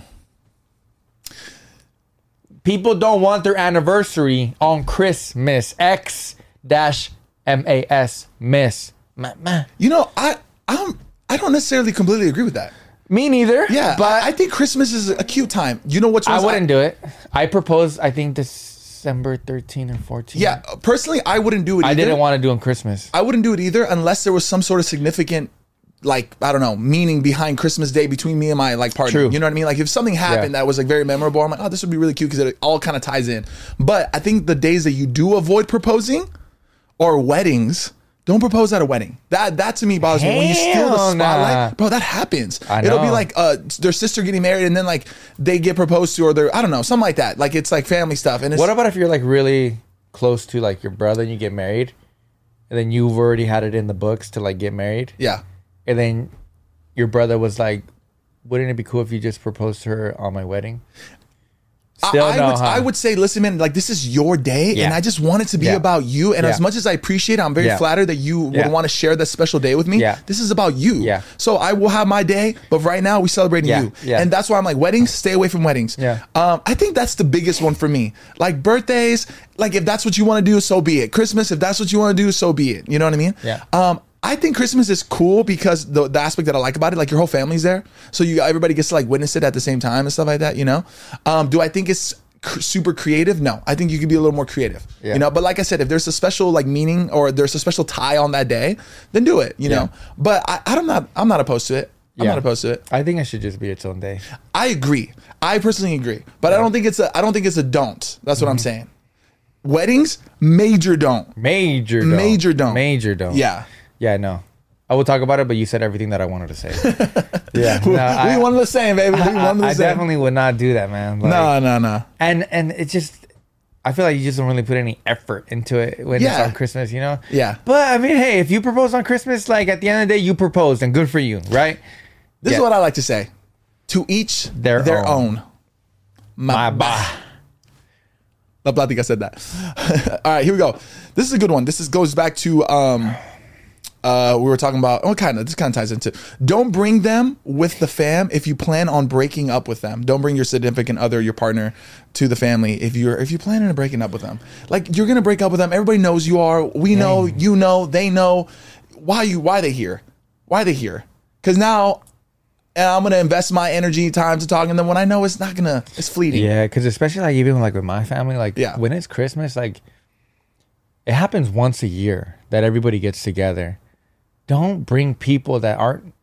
[SPEAKER 2] People don't want their anniversary on Christmas. X dash M A S miss. Ma- ma.
[SPEAKER 1] You know, I I'm I don't necessarily completely agree with that.
[SPEAKER 2] Me neither.
[SPEAKER 1] Yeah,
[SPEAKER 2] but
[SPEAKER 1] but I, I think Christmas is a cute time. You know what's
[SPEAKER 2] I wouldn't do it. I proposed. I think December 13 and 14.
[SPEAKER 1] Yeah, personally, I wouldn't do it. Either.
[SPEAKER 2] I didn't want to do on Christmas.
[SPEAKER 1] I wouldn't do it either unless there was some sort of significant, like I don't know, meaning behind Christmas Day between me and my like partner.
[SPEAKER 2] True.
[SPEAKER 1] You know what I mean? Like if something happened
[SPEAKER 2] Yeah.
[SPEAKER 1] that was like very memorable, I'm like, oh, this would be really cute because it all kind of ties in. But I think the days that you do avoid proposing are weddings. Don't propose at a wedding. That that to me bothers me. When you steal the
[SPEAKER 2] Hell
[SPEAKER 1] spotlight,
[SPEAKER 2] nah.
[SPEAKER 1] bro, that happens.
[SPEAKER 2] I
[SPEAKER 1] It'll be
[SPEAKER 2] know.
[SPEAKER 1] like uh, their sister getting married, and then like they get proposed to, or they're I don't know, something like that. Like it's like family stuff. And it's,
[SPEAKER 2] What about if you're like really close to like your brother and you get married, and then you've already had it in the books to like get married,
[SPEAKER 1] yeah,
[SPEAKER 2] and then your brother was like, "Wouldn't it be cool if you just proposed to her on my wedding?" Still
[SPEAKER 1] I, I
[SPEAKER 2] no,
[SPEAKER 1] would,
[SPEAKER 2] huh?
[SPEAKER 1] I would say, listen, man, like this is your day,
[SPEAKER 2] Yeah.
[SPEAKER 1] and I just want it to be
[SPEAKER 2] Yeah.
[SPEAKER 1] about you. And
[SPEAKER 2] Yeah.
[SPEAKER 1] as much as I appreciate, it, I'm very
[SPEAKER 2] Yeah.
[SPEAKER 1] flattered that you
[SPEAKER 2] Yeah.
[SPEAKER 1] would want to share that special day with me.
[SPEAKER 2] Yeah.
[SPEAKER 1] This is about you.
[SPEAKER 2] Yeah.
[SPEAKER 1] So I will have my day, but right now we're celebrating
[SPEAKER 2] Yeah.
[SPEAKER 1] you.
[SPEAKER 2] Yeah.
[SPEAKER 1] And that's why I'm like, weddings, stay away from weddings.
[SPEAKER 2] Yeah.
[SPEAKER 1] Um, I think that's the biggest one for me. Like birthdays, like if that's what you want to do, so be it. Christmas, if that's what you want to do, so be it. You know what I mean?
[SPEAKER 2] Yeah.
[SPEAKER 1] Um, I think Christmas is cool because the, the aspect that I like about it, like your whole family's there, so you everybody gets to like witness it at the same time and stuff like that. You know, um, do I think it's cr- super creative? No, I think you can be a little more creative.
[SPEAKER 2] Yeah.
[SPEAKER 1] You know, but like I said, if there's a special like meaning or there's a special tie on that day, then do it. You know, but I, I'm not I'm not opposed to it. I'm
[SPEAKER 2] Yeah.
[SPEAKER 1] not opposed to it.
[SPEAKER 2] I think it should just be its own day.
[SPEAKER 1] I agree. I personally agree, but I don't think it's a I don't think it's a don't. That's what
[SPEAKER 2] Mm-hmm.
[SPEAKER 1] I'm saying. Weddings, major don't.
[SPEAKER 2] Major, don't.
[SPEAKER 1] Major don't.
[SPEAKER 2] major, don't.
[SPEAKER 1] Yeah.
[SPEAKER 2] yeah, no. I will talk about it, but you said everything that I wanted to say. yeah,
[SPEAKER 1] <laughs> we
[SPEAKER 2] No, I-
[SPEAKER 1] one of the same, baby. We
[SPEAKER 2] I,
[SPEAKER 1] one of the
[SPEAKER 2] I
[SPEAKER 1] same.
[SPEAKER 2] definitely would not do that, man. Like,
[SPEAKER 1] no, no, no.
[SPEAKER 2] and and it just, I feel like you just don't really put any effort into it when it's
[SPEAKER 1] Yeah.
[SPEAKER 2] on Christmas, you know.
[SPEAKER 1] Yeah.
[SPEAKER 2] But I mean, hey, if you propose on Christmas, like at the end of the day, you proposed, and good for you, right?
[SPEAKER 1] This
[SPEAKER 2] Yeah.
[SPEAKER 1] is what I like to say. To each
[SPEAKER 2] Their
[SPEAKER 1] their,
[SPEAKER 2] own.
[SPEAKER 1] own. My
[SPEAKER 2] My
[SPEAKER 1] ba.
[SPEAKER 2] bah.
[SPEAKER 1] La Platica said that. <laughs> All right, here we go. This is a good one. This is, goes back to um, uh, we were talking about. Oh, kind of. This kind of ties into. Don't bring them with the fam if you plan on breaking up with them. Don't bring your significant other, your partner, to the family if you're if you're planning on breaking up with them. Like you're gonna break up with them. Everybody knows you are. We know. You know. They know. Why you? Why they here? Why they here? Because now. And I'm gonna invest my energy, time to talking to them when I know it's not gonna, it's fleeting.
[SPEAKER 2] Yeah, because especially like even like with my family, like
[SPEAKER 1] Yeah.
[SPEAKER 2] when it's Christmas, like it happens once a year that everybody gets together. Don't bring people that aren't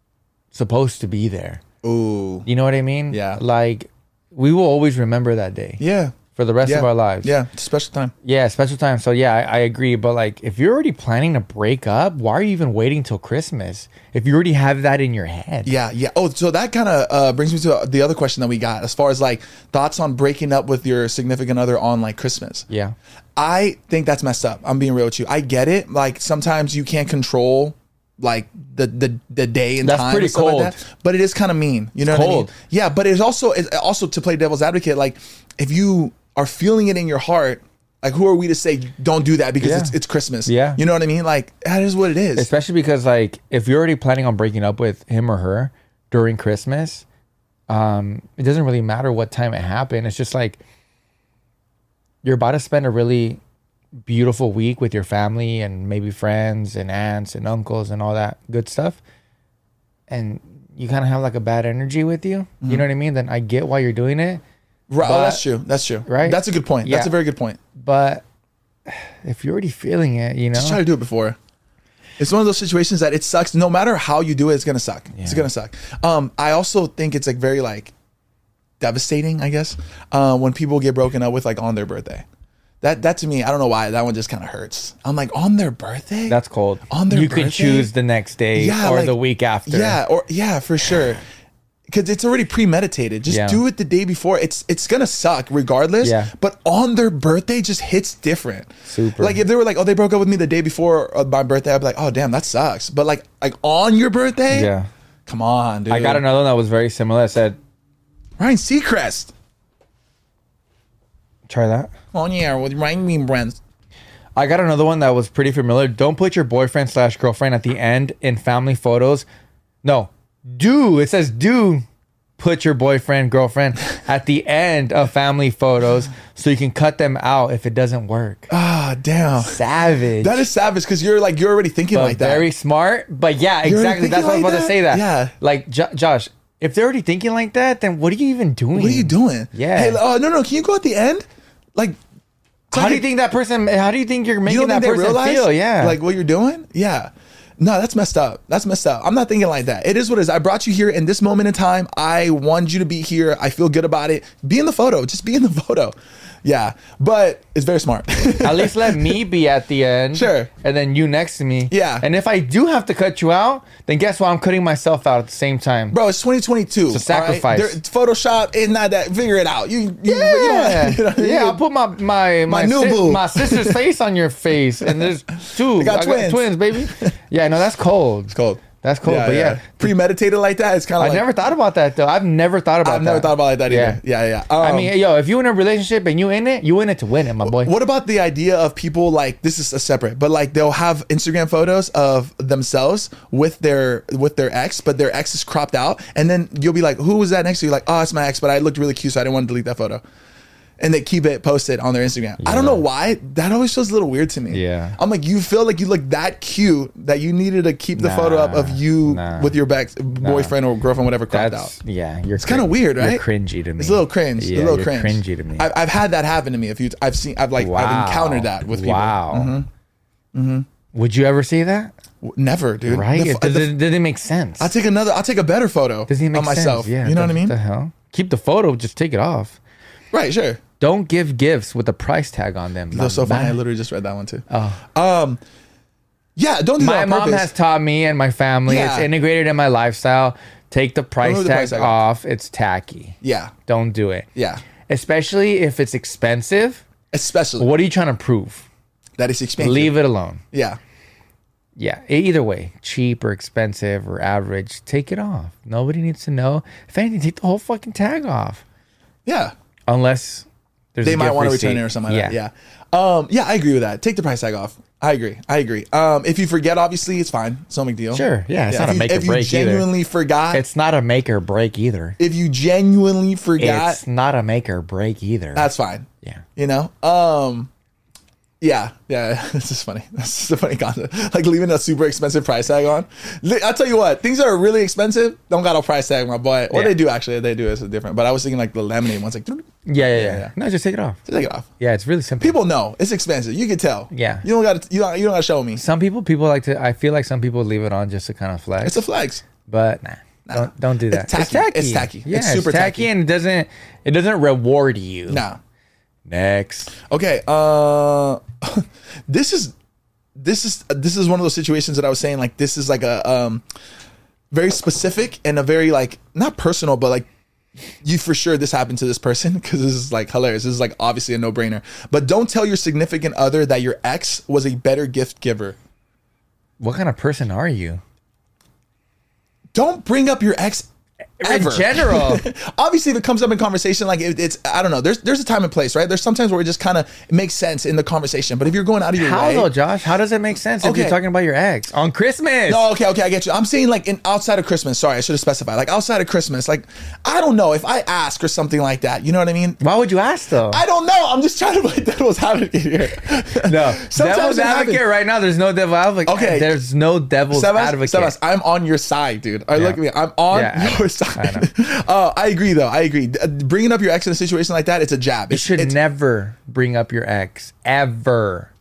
[SPEAKER 2] supposed to be there.
[SPEAKER 1] Ooh.
[SPEAKER 2] You know what I mean?
[SPEAKER 1] Yeah.
[SPEAKER 2] Like we will always remember that day
[SPEAKER 1] Yeah.
[SPEAKER 2] for the rest
[SPEAKER 1] yeah.
[SPEAKER 2] of our lives.
[SPEAKER 1] Yeah, it's a special time.
[SPEAKER 2] Yeah, special time. So yeah, I, I agree. But like, if you're already planning to break up, why are you even waiting till Christmas? If you already have that in your head,
[SPEAKER 1] Yeah, yeah. Oh, so that kind of uh, brings me to the other question that we got as far as like thoughts on breaking up with your significant other on like Christmas.
[SPEAKER 2] yeah,
[SPEAKER 1] I think that's messed up. I'm being real with you. I get it. Like sometimes you can't control like the the, the day and
[SPEAKER 2] That's
[SPEAKER 1] time.
[SPEAKER 2] pretty
[SPEAKER 1] and stuff like
[SPEAKER 2] cold.
[SPEAKER 1] that, but it is kind of mean. You know what
[SPEAKER 2] cold.
[SPEAKER 1] I mean? Yeah, but it's also it's also to play devil's advocate. Like if you are feeling it in your heart Like, who are we to say don't do that because
[SPEAKER 2] Yeah.
[SPEAKER 1] it's, it's Christmas?
[SPEAKER 2] Yeah.
[SPEAKER 1] you know what I mean. Like that is what it is.
[SPEAKER 2] especially because like if you're already planning on breaking up with him or her during christmas um it doesn't really matter what time it happened it's just like you're about to spend a really beautiful week with your family and maybe friends and aunts and uncles and all that good stuff and you kind of have like a bad energy with you
[SPEAKER 1] Mm-hmm.
[SPEAKER 2] you know what i mean then i get why you're doing it
[SPEAKER 1] right?
[SPEAKER 2] but-
[SPEAKER 1] oh, that's true. That's true.
[SPEAKER 2] Right?
[SPEAKER 1] That's a good point. That's
[SPEAKER 2] Yeah.
[SPEAKER 1] a very good point.
[SPEAKER 2] but if you're already feeling it you know
[SPEAKER 1] Just try to do it before. It's one of those situations that it sucks. No matter how you do it, it's gonna suck. It's gonna suck. Um, I also think it's like very like devastating. I guess uh, when people get broken up with like on their birthday, that that to me, I don't know why that one just kind of hurts. I'm like on their birthday.
[SPEAKER 2] that's cold
[SPEAKER 1] On their
[SPEAKER 2] you
[SPEAKER 1] birthday?
[SPEAKER 2] can choose the next day
[SPEAKER 1] Yeah,
[SPEAKER 2] or
[SPEAKER 1] like-
[SPEAKER 2] the week after
[SPEAKER 1] Yeah, or yeah, for sure. Cause it's already premeditated. Just
[SPEAKER 2] Yeah.
[SPEAKER 1] do it the day before. It's it's gonna suck regardless.
[SPEAKER 2] Yeah.
[SPEAKER 1] But on their birthday just hits different.
[SPEAKER 2] Super.
[SPEAKER 1] Like if they were like, oh, they broke up with me the day before of my birthday, I'd be like, oh damn, that sucks. But like like on your birthday,
[SPEAKER 2] yeah
[SPEAKER 1] Come on, dude.
[SPEAKER 2] I got another one that was very similar. I said,
[SPEAKER 1] Ryan Seacrest.
[SPEAKER 2] try that.
[SPEAKER 1] On yeah, with Ryan Mean Brands.
[SPEAKER 2] I got another one that was pretty familiar. Don't put your boyfriend slash girlfriend at the end in family photos. No, do. It says do put your
[SPEAKER 1] <laughs>
[SPEAKER 2] boyfriend, girlfriend at the end of family photos so you can cut them out if it doesn't work.
[SPEAKER 1] Ah, damn.
[SPEAKER 2] Savage.
[SPEAKER 1] That is savage because you're like you're already thinking
[SPEAKER 2] but
[SPEAKER 1] like that.
[SPEAKER 2] Very smart. But yeah,
[SPEAKER 1] already
[SPEAKER 2] exactly. That's
[SPEAKER 1] thinking like
[SPEAKER 2] what I was about to
[SPEAKER 1] that?
[SPEAKER 2] say that.
[SPEAKER 1] Yeah.
[SPEAKER 2] Like, Jo- Josh, if they're already thinking like that, then what are you even doing?
[SPEAKER 1] what are you doing?
[SPEAKER 2] Yeah.
[SPEAKER 1] Hey, oh no, no, can you go at the end? Like
[SPEAKER 2] How do you think that person, how do you think you're making
[SPEAKER 1] you don't
[SPEAKER 2] that
[SPEAKER 1] think they
[SPEAKER 2] person
[SPEAKER 1] realize
[SPEAKER 2] feel? Yeah.
[SPEAKER 1] like what you're doing yeah no that's messed up that's messed up i'm not thinking like that it is what it is i brought you here in this moment in time i wanted you to be here i feel good about it be in the photo just be in the <laughs> photo yeah but it's very smart <laughs>
[SPEAKER 2] At least let me be at the end.
[SPEAKER 1] Sure.
[SPEAKER 2] And then you next to me.
[SPEAKER 1] Yeah.
[SPEAKER 2] And if I do have to cut you out, then guess what? I'm cutting myself out at the same time.
[SPEAKER 1] bro it's 2022 it's
[SPEAKER 2] a sacrifice.
[SPEAKER 1] photoshop is not that figure it out you, you- you don't-
[SPEAKER 2] <laughs> Yeah.
[SPEAKER 1] you know <laughs> what I mean? <laughs>
[SPEAKER 2] yeah. I'll put my my my,
[SPEAKER 1] new boo. <laughs>
[SPEAKER 2] my sister's face on your face, and there's two.
[SPEAKER 1] got twins. <laughs>
[SPEAKER 2] baby. Yeah. No, that's cold. It's
[SPEAKER 1] cold
[SPEAKER 2] That's cold. but yeah,
[SPEAKER 1] premeditated like that it's kind of
[SPEAKER 2] I
[SPEAKER 1] like
[SPEAKER 2] never thought about that though. I've never thought about.
[SPEAKER 1] i've never
[SPEAKER 2] that.
[SPEAKER 1] thought about it like that
[SPEAKER 2] Yeah.
[SPEAKER 1] either yeah yeah, yeah.
[SPEAKER 2] I
[SPEAKER 1] Um,
[SPEAKER 2] mean, yo, if you in a relationship and you in it, you in it to win it, my
[SPEAKER 1] <laughs>
[SPEAKER 2] boy.
[SPEAKER 1] What about the idea of people like this is a separate, but like they'll have Instagram photos of themselves with their with their ex, but their ex is cropped out, and then you'll be like, "Who was that next to you?" Like, "Oh, it's my ex," but I looked really cute, so I didn't want to delete that photo. And they keep it posted on their Instagram. I don't know why that always feels a little weird to me.
[SPEAKER 2] Yeah.
[SPEAKER 1] I'm like, you feel like you look that cute that you needed to keep the photo up of
[SPEAKER 2] Nah,
[SPEAKER 1] you
[SPEAKER 2] nah.
[SPEAKER 1] with your back boyfriend or girlfriend, whatever, cropped out.
[SPEAKER 2] That's yeah. You're it's
[SPEAKER 1] kinda weird,
[SPEAKER 2] You're
[SPEAKER 1] right?
[SPEAKER 2] cringy to me.
[SPEAKER 1] It's a little cringe.
[SPEAKER 2] Yeah,
[SPEAKER 1] a little
[SPEAKER 2] you're
[SPEAKER 1] cringe.
[SPEAKER 2] cringy to me.
[SPEAKER 1] I've, I've had that happen to me. If you, I've seen, I've like, I've encountered that with people.
[SPEAKER 2] Wow. Would you ever say that?
[SPEAKER 1] W- Never, dude.
[SPEAKER 2] Right?
[SPEAKER 1] The f-
[SPEAKER 2] It does,
[SPEAKER 1] the-
[SPEAKER 2] it, does it make sense?
[SPEAKER 1] I'll take another. I'll take a better photo
[SPEAKER 2] does it make
[SPEAKER 1] of myself.
[SPEAKER 2] sense? Yeah.
[SPEAKER 1] you know what I
[SPEAKER 2] the-
[SPEAKER 1] mean?
[SPEAKER 2] The hell? Keep the photo. Just take it off.
[SPEAKER 1] Right. Sure.
[SPEAKER 2] Don't give gifts with a price tag on them.
[SPEAKER 1] That was so funny. I
[SPEAKER 2] my
[SPEAKER 1] literally just read that one too. Um, yeah. Don't do
[SPEAKER 2] Oh. my
[SPEAKER 1] that on
[SPEAKER 2] mom
[SPEAKER 1] purpose.
[SPEAKER 2] has taught me and my family. It's
[SPEAKER 1] Yeah.
[SPEAKER 2] integrated in my lifestyle. Take the price,
[SPEAKER 1] remove the
[SPEAKER 2] tag,
[SPEAKER 1] price tag
[SPEAKER 2] off. It's tacky.
[SPEAKER 1] yeah.
[SPEAKER 2] Don't do it.
[SPEAKER 1] Yeah.
[SPEAKER 2] Especially if it's expensive.
[SPEAKER 1] Especially
[SPEAKER 2] What are you trying to prove?
[SPEAKER 1] that is expensive.
[SPEAKER 2] Leave it alone.
[SPEAKER 1] Yeah.
[SPEAKER 2] Yeah, e- either way, cheap or expensive or average, take it off. Nobody needs to know. If anything, take the whole fucking tag off.
[SPEAKER 1] Yeah.
[SPEAKER 2] Unless there's
[SPEAKER 1] they
[SPEAKER 2] a
[SPEAKER 1] might
[SPEAKER 2] gift
[SPEAKER 1] want to
[SPEAKER 2] receipt.
[SPEAKER 1] return it or something like that. Yeah. Um, yeah, I agree with that. Take the price tag off. I agree. I agree. Um, if you forget, obviously, it's fine. It's no big deal.
[SPEAKER 2] Sure. Yeah, it's not
[SPEAKER 1] if
[SPEAKER 2] a
[SPEAKER 1] you,
[SPEAKER 2] make or
[SPEAKER 1] If you
[SPEAKER 2] break either.
[SPEAKER 1] genuinely forgot,
[SPEAKER 2] It's not a make or break either.
[SPEAKER 1] if you genuinely forgot,
[SPEAKER 2] It's not a make or break either.
[SPEAKER 1] that's fine.
[SPEAKER 2] yeah.
[SPEAKER 1] You know? Um, yeah, yeah, <laughs> this is funny. This is a funny concept. Like leaving a super expensive price tag on. Li- I'll tell you what, things that are really expensive don't got a price tag, my boy. Or
[SPEAKER 2] Yeah.
[SPEAKER 1] they do actually, they do, it's different. But I was thinking like the lemonade one's like, take
[SPEAKER 2] Yeah, yeah, yeah,
[SPEAKER 1] yeah.
[SPEAKER 2] No, just take it off.
[SPEAKER 1] it off.
[SPEAKER 2] Yeah, it's really simple.
[SPEAKER 1] People know it's expensive. You can tell.
[SPEAKER 2] Yeah.
[SPEAKER 1] You don't gotta you don't, you don't gotta show me.
[SPEAKER 2] Some people, people like to. I feel like some people leave it on just to kind of flex.
[SPEAKER 1] It's a flex.
[SPEAKER 2] but nah, don't don't do that.
[SPEAKER 1] tacky. It's tacky.
[SPEAKER 2] Yeah,
[SPEAKER 1] It's super
[SPEAKER 2] it's tacky,
[SPEAKER 1] tacky.
[SPEAKER 2] and it doesn't it doesn't reward you.
[SPEAKER 1] Nah.
[SPEAKER 2] Next.
[SPEAKER 1] Okay. Uh, <laughs> this is this is this is one of those situations that I was saying. Like this is like a um, very specific and a very like not personal, but like you for sure this happened to this person <laughs> because this is like hilarious. This is like obviously a no brainer. But don't tell your significant other that your ex was a better gift giver.
[SPEAKER 2] What kind of person are you?
[SPEAKER 1] Don't bring up your ex Ever.
[SPEAKER 2] In general,
[SPEAKER 1] <laughs> Obviously, if it comes up in conversation, like it, it's I don't know. There's there's a time and place, right? There's sometimes where it just kind of makes sense in the conversation. But if you're going out of your
[SPEAKER 2] how
[SPEAKER 1] way,
[SPEAKER 2] though, Josh? How does it make sense if
[SPEAKER 1] Okay.
[SPEAKER 2] you're talking about your ex on Christmas?
[SPEAKER 1] No, Oh, okay, okay, I get you. I'm saying like in outside of Christmas. Sorry, I should have specified. Like outside of Christmas, like I don't know if I ask or something like that. You know what I mean?
[SPEAKER 2] Why would you ask though?
[SPEAKER 1] I don't know. I'm just trying to play <laughs> devil's advocate here.
[SPEAKER 2] <laughs> no,
[SPEAKER 1] <laughs> Sometimes
[SPEAKER 2] devil's
[SPEAKER 1] it
[SPEAKER 2] advocate
[SPEAKER 1] happens.
[SPEAKER 2] right now. There's no devil advocate.
[SPEAKER 1] Okay.
[SPEAKER 2] there's no devil's
[SPEAKER 1] Sebas,
[SPEAKER 2] advocate.
[SPEAKER 1] Sebas, I'm on your side, dude. All right, Look at me. I'm on
[SPEAKER 2] Yeah, I-
[SPEAKER 1] your side. <laughs> I, I agree, though. I agree. D- uh, Bringing up your ex in a situation like that, it's a jab.
[SPEAKER 2] You should never bring up your ex ever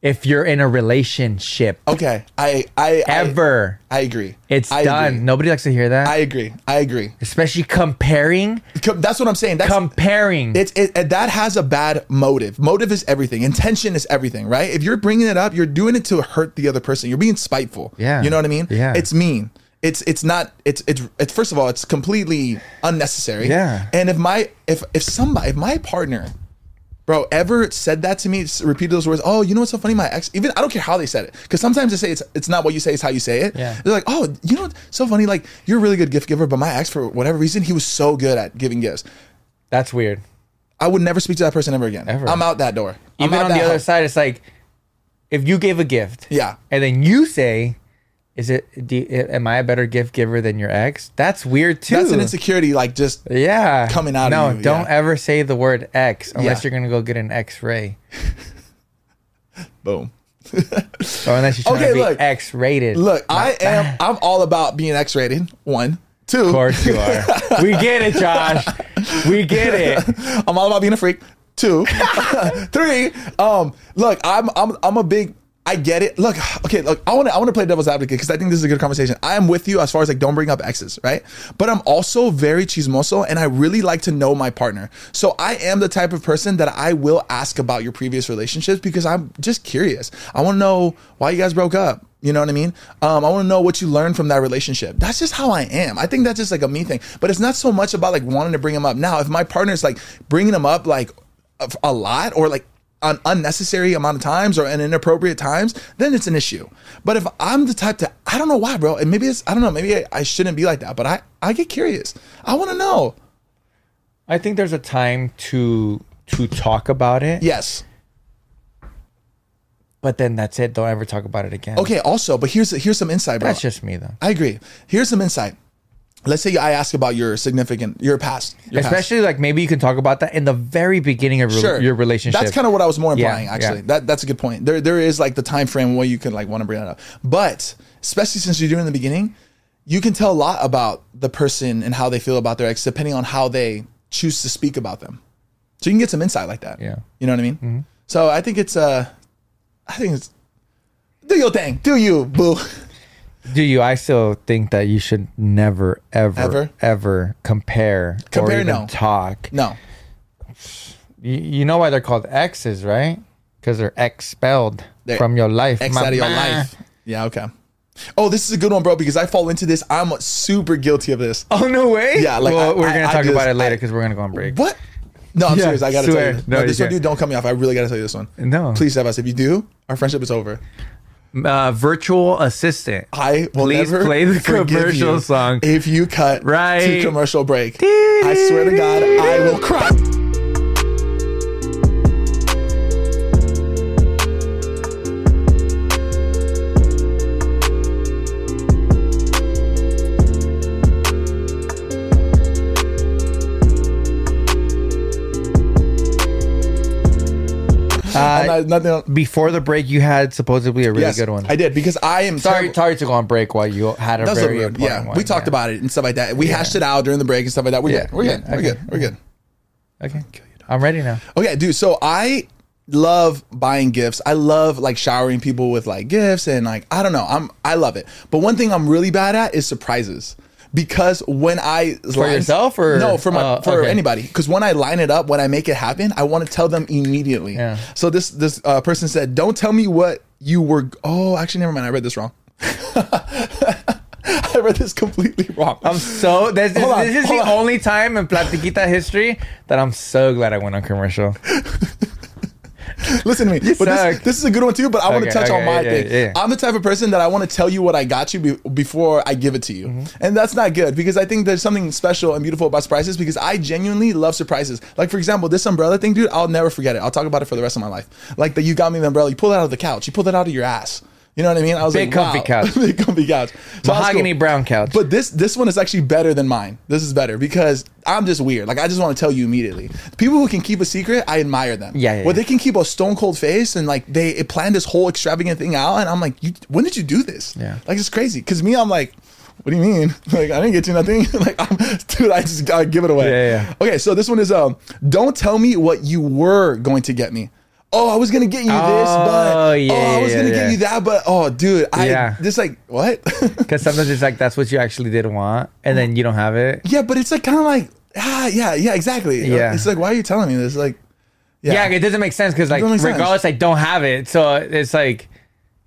[SPEAKER 2] if you're in a relationship.
[SPEAKER 1] Okay, I, I, I-
[SPEAKER 2] Ever.
[SPEAKER 1] I, agree.
[SPEAKER 2] it's
[SPEAKER 1] I
[SPEAKER 2] done.
[SPEAKER 1] Agree.
[SPEAKER 2] Nobody likes to hear that.
[SPEAKER 1] I agree. I agree.
[SPEAKER 2] Especially comparing.
[SPEAKER 1] Com- That's what I'm saying. That's
[SPEAKER 2] Comparing.
[SPEAKER 1] It's it, it- that has a bad motive. Motive is everything. Intention is everything, right? If you're bringing it up, you're doing it to hurt the other person. You're being spiteful.
[SPEAKER 2] Yeah.
[SPEAKER 1] you know what I mean.
[SPEAKER 2] Yeah.
[SPEAKER 1] it's mean. It's it's not it's it's it's first of all it's completely unnecessary.
[SPEAKER 2] Yeah.
[SPEAKER 1] and if my if if somebody if my partner, bro, ever said that to me, s- repeated those words. Oh, you know what's so funny? My ex. Even I don't care how they said it, because sometimes they say it's it's not what you say, it's how you say it.
[SPEAKER 2] Yeah.
[SPEAKER 1] They're like, oh, you know, what's so funny. Like you're a really good gift giver, but my ex, for whatever reason, he was so good at giving gifts.
[SPEAKER 2] That's weird.
[SPEAKER 1] I would never speak to that person ever again.
[SPEAKER 2] Ever.
[SPEAKER 1] I'm out that door. I'm
[SPEAKER 2] Even
[SPEAKER 1] out
[SPEAKER 2] on the
[SPEAKER 1] that
[SPEAKER 2] other
[SPEAKER 1] house.
[SPEAKER 2] side, it's like if you gave a gift,
[SPEAKER 1] Yeah.
[SPEAKER 2] and then you say, "Is it? Do, am I a better gift giver than your ex?" That's weird too.
[SPEAKER 1] That's an insecurity, like just
[SPEAKER 2] yeah,
[SPEAKER 1] coming out of
[SPEAKER 2] No,
[SPEAKER 1] you,
[SPEAKER 2] don't
[SPEAKER 1] yeah.
[SPEAKER 2] ever say the word ex unless
[SPEAKER 1] Yeah.
[SPEAKER 2] you're gonna go get an X-ray,
[SPEAKER 1] boom.
[SPEAKER 2] or unless you're trying
[SPEAKER 1] Okay,
[SPEAKER 2] to be
[SPEAKER 1] look.
[SPEAKER 2] X-rated.
[SPEAKER 1] Look, I am I'm all about being X rated. One. Two.
[SPEAKER 2] of course
[SPEAKER 1] <laughs>
[SPEAKER 2] you are. we get it, Josh. We get it.
[SPEAKER 1] <laughs> I'm all about being a freak. Two. <laughs> Three. Um, look, I'm I'm I'm a big I get it. Look, okay, look, I wanna I wanna play devil's advocate because I think this is a good conversation. I am with you as far as like don't bring up exes, right? But I'm also very chismoso and I really like to know my partner. So I am the type of person that I will ask about your previous relationships because I'm just curious. I wanna know why you guys broke up. You know what I mean? Um, I want to know what you learned from that relationship. That's just how I am. I think that's just like a me thing. But it's not so much about like wanting to bring them up. Now, if my partner's like bringing them up like a, a lot or like an unnecessary amount of times or an inappropriate times, then it's an issue. But if I'm the type to, I don't know why, bro. And maybe it's, I don't know, maybe I, I shouldn't be like that, but I, I get curious. I want to know.
[SPEAKER 2] I think there's a time to to talk about it.
[SPEAKER 1] Yes.
[SPEAKER 2] But then that's it. Don't ever talk about it again.
[SPEAKER 1] Okay. Also, but here's, here's some insight, bro.
[SPEAKER 2] That's just me though.
[SPEAKER 1] I agree. Here's some insight. Let's say I ask about your significant, your past, your past.
[SPEAKER 2] Especially like maybe you can talk about that in the very beginning of re- your relationship.
[SPEAKER 1] That's kind of what I was more
[SPEAKER 2] Yeah,
[SPEAKER 1] implying, actually.
[SPEAKER 2] yeah.
[SPEAKER 1] That that's a good point. There there is like the time frame where you can like want to bring that up, but especially since you're doing it in the beginning, you can tell a lot about the person and how they feel about their ex, depending on how they choose to speak about them. So you can get some insight like that.
[SPEAKER 2] Yeah. Mm-hmm.
[SPEAKER 1] you know what I mean. So I think it's uh, I think it's do your thing, do you boo.
[SPEAKER 2] Do you? I still think that you should never, ever,
[SPEAKER 1] Ever?
[SPEAKER 2] ever, compare,
[SPEAKER 1] Compare,
[SPEAKER 2] or even
[SPEAKER 1] no.
[SPEAKER 2] talk.
[SPEAKER 1] No,
[SPEAKER 2] You, you know why they're called exes, right? Because they're expelled
[SPEAKER 1] They're
[SPEAKER 2] from your life.
[SPEAKER 1] X out of your
[SPEAKER 2] Mama.
[SPEAKER 1] life. Yeah, okay. Oh, this is a good one, bro, because I fall into this. I'm super guilty of this.
[SPEAKER 2] Oh no way!
[SPEAKER 1] Yeah, like,
[SPEAKER 2] well,
[SPEAKER 1] I-
[SPEAKER 2] we're
[SPEAKER 1] I-
[SPEAKER 2] gonna
[SPEAKER 1] I
[SPEAKER 2] talk
[SPEAKER 1] do
[SPEAKER 2] about
[SPEAKER 1] this-
[SPEAKER 2] it later
[SPEAKER 1] I-
[SPEAKER 2] because we're gonna go on break.
[SPEAKER 1] What? No, I'm
[SPEAKER 2] Yeah,
[SPEAKER 1] serious. I gotta
[SPEAKER 2] swear.
[SPEAKER 1] tell you. No,
[SPEAKER 2] No, you
[SPEAKER 1] this one,
[SPEAKER 2] can't.
[SPEAKER 1] dude, don't cut me off. I really gotta tell you this one.
[SPEAKER 2] No.
[SPEAKER 1] Please have us. If you do, our friendship is over.
[SPEAKER 2] Uh, virtual assistant.
[SPEAKER 1] I will
[SPEAKER 2] Please
[SPEAKER 1] never
[SPEAKER 2] play the
[SPEAKER 1] forgive
[SPEAKER 2] commercial
[SPEAKER 1] you
[SPEAKER 2] song.
[SPEAKER 1] If you cut to
[SPEAKER 2] Right.
[SPEAKER 1] commercial break, I swear to God, I will cry.
[SPEAKER 2] Uh,
[SPEAKER 1] I'm not, nothing. else-
[SPEAKER 2] Uh, before the break, you had supposedly a really
[SPEAKER 1] yes,
[SPEAKER 2] good one.
[SPEAKER 1] I did because I am
[SPEAKER 2] sorry,
[SPEAKER 1] terrible-
[SPEAKER 2] sorry to go on break while you had a
[SPEAKER 1] That was
[SPEAKER 2] very
[SPEAKER 1] a-
[SPEAKER 2] important
[SPEAKER 1] yeah,
[SPEAKER 2] one.
[SPEAKER 1] we talked
[SPEAKER 2] yeah.
[SPEAKER 1] about it and stuff like that. We hashed it out during the break and stuff like that. We're
[SPEAKER 2] Yeah,
[SPEAKER 1] good. We're
[SPEAKER 2] yeah,
[SPEAKER 1] good. We're
[SPEAKER 2] okay.
[SPEAKER 1] good. We're good.
[SPEAKER 2] Okay, I'm ready now.
[SPEAKER 1] Okay, dude. So I love buying gifts. I love like showering people with like gifts and like I don't know. I'm I love it. But one thing I'm really bad at is surprises. Because when I for
[SPEAKER 2] yourself or-
[SPEAKER 1] no for my
[SPEAKER 2] oh,
[SPEAKER 1] for
[SPEAKER 2] okay.
[SPEAKER 1] anybody because when I line it up when I make it happen I want to tell them immediately.
[SPEAKER 2] Yeah.
[SPEAKER 1] So this this uh, person said, "Don't tell me what you were." Oh, actually, never mind. I read this wrong. <laughs> I read this completely wrong.
[SPEAKER 2] I'm so this, this,
[SPEAKER 1] Hold on,
[SPEAKER 2] this is
[SPEAKER 1] hold
[SPEAKER 2] the
[SPEAKER 1] on.
[SPEAKER 2] only time in Platiquita history that I'm so glad I went on commercial.
[SPEAKER 1] <laughs> Listen to me. but this,
[SPEAKER 2] suck.
[SPEAKER 1] this is a good one too. But I want to
[SPEAKER 2] Okay,
[SPEAKER 1] touch on
[SPEAKER 2] okay,
[SPEAKER 1] my
[SPEAKER 2] yeah,
[SPEAKER 1] thing.
[SPEAKER 2] yeah.
[SPEAKER 1] I'm the type of person that I want to tell you what I got you be- before I give it to you,
[SPEAKER 2] Mm-hmm.
[SPEAKER 1] and that's not good because I think there's something special and beautiful about surprises because I genuinely love surprises. Like for example, this umbrella thing, dude. I'll never forget it. I'll talk about it for the rest of my life. Like that, you got me the umbrella. You pulled it out of the couch. You pulled it out of your ass. You know what I mean? I was
[SPEAKER 2] Big
[SPEAKER 1] like,
[SPEAKER 2] comfy
[SPEAKER 1] wow.
[SPEAKER 2] couch.
[SPEAKER 1] <laughs> big comfy couch. So that's cool.
[SPEAKER 2] Mahogany brown couch.
[SPEAKER 1] But this this one is actually better than mine. This is better because I'm just weird. Like I just want to tell you immediately. People who can keep a secret, I admire them.
[SPEAKER 2] Yeah, yeah,
[SPEAKER 1] Well,
[SPEAKER 2] yeah.
[SPEAKER 1] they can keep a stone cold face and like they it planned this whole extravagant thing out, and I'm like, you, when did you do this?
[SPEAKER 2] Yeah.
[SPEAKER 1] Like it's crazy. Cause me, I'm like. What do you mean? <laughs> Like I didn't get you nothing. <laughs> like, I'm, dude, I just I give it away.
[SPEAKER 2] Yeah, yeah.
[SPEAKER 1] Okay, so this one is um. Don't tell me what you were going to get me. Oh, I was gonna get you this,
[SPEAKER 2] Oh,
[SPEAKER 1] but
[SPEAKER 2] yeah,
[SPEAKER 1] oh, I was
[SPEAKER 2] yeah,
[SPEAKER 1] gonna
[SPEAKER 2] yeah.
[SPEAKER 1] get you that, but oh, dude, I
[SPEAKER 2] Yeah.
[SPEAKER 1] just like what? <laughs>
[SPEAKER 2] Because sometimes it's like that's what you actually did want, and then you don't have it.
[SPEAKER 1] Yeah, but it's like kind of like ah, yeah, yeah, exactly.
[SPEAKER 2] Yeah.
[SPEAKER 1] it's like why are you telling me this? Like,
[SPEAKER 2] Yeah, it doesn't make sense because like
[SPEAKER 1] doesn't make sense.
[SPEAKER 2] regardless, I don't have it, so it's like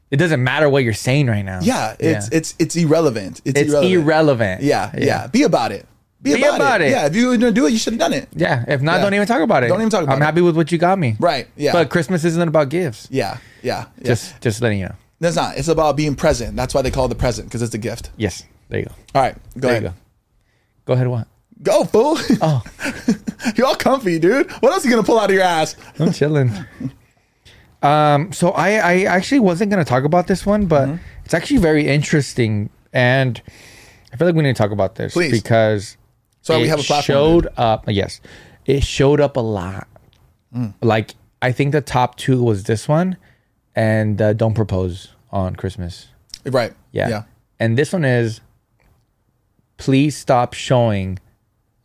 [SPEAKER 2] it doesn't matter what you're saying right now.
[SPEAKER 1] yeah, it's it's it's irrelevant. It's,
[SPEAKER 2] it's
[SPEAKER 1] irrelevant.
[SPEAKER 2] irrelevant.
[SPEAKER 1] yeah, yeah, Be about it. Be,
[SPEAKER 2] Be
[SPEAKER 1] about,
[SPEAKER 2] about
[SPEAKER 1] it.
[SPEAKER 2] it.
[SPEAKER 1] Yeah, if you were gonna do it, you should have done it.
[SPEAKER 2] Yeah, If not,
[SPEAKER 1] Yeah.
[SPEAKER 2] don't even talk about it.
[SPEAKER 1] Don't even talk about
[SPEAKER 2] I'm
[SPEAKER 1] it.
[SPEAKER 2] happy with what you got me.
[SPEAKER 1] Right. Yeah.
[SPEAKER 2] But Christmas isn't about gifts.
[SPEAKER 1] yeah. Yeah. yeah.
[SPEAKER 2] Just just letting you know.
[SPEAKER 1] That's not. It's about being present. That's why they call it the present because it's a gift.
[SPEAKER 2] Yes. There you go.
[SPEAKER 1] All right, go
[SPEAKER 2] There
[SPEAKER 1] ahead.
[SPEAKER 2] you go. Go ahead. What?
[SPEAKER 1] Go, fool. <laughs>
[SPEAKER 2] Oh,
[SPEAKER 1] You're all comfy, dude. What else you gonna pull out of your ass?
[SPEAKER 2] I'm chilling. Um, so I, I actually wasn't gonna talk about this one, but
[SPEAKER 1] Mm-hmm.
[SPEAKER 2] it's actually very interesting, and I feel like we need to talk about this
[SPEAKER 1] Please.
[SPEAKER 2] because
[SPEAKER 1] So we
[SPEAKER 2] it
[SPEAKER 1] have a platform.
[SPEAKER 2] showed up. Yes, it showed up a lot.
[SPEAKER 1] Mm.
[SPEAKER 2] Like I think the top two was this one, and uh, don't propose on Christmas.
[SPEAKER 1] dude. Right.
[SPEAKER 2] Yeah.
[SPEAKER 1] Yeah.
[SPEAKER 2] And this one is please stop showing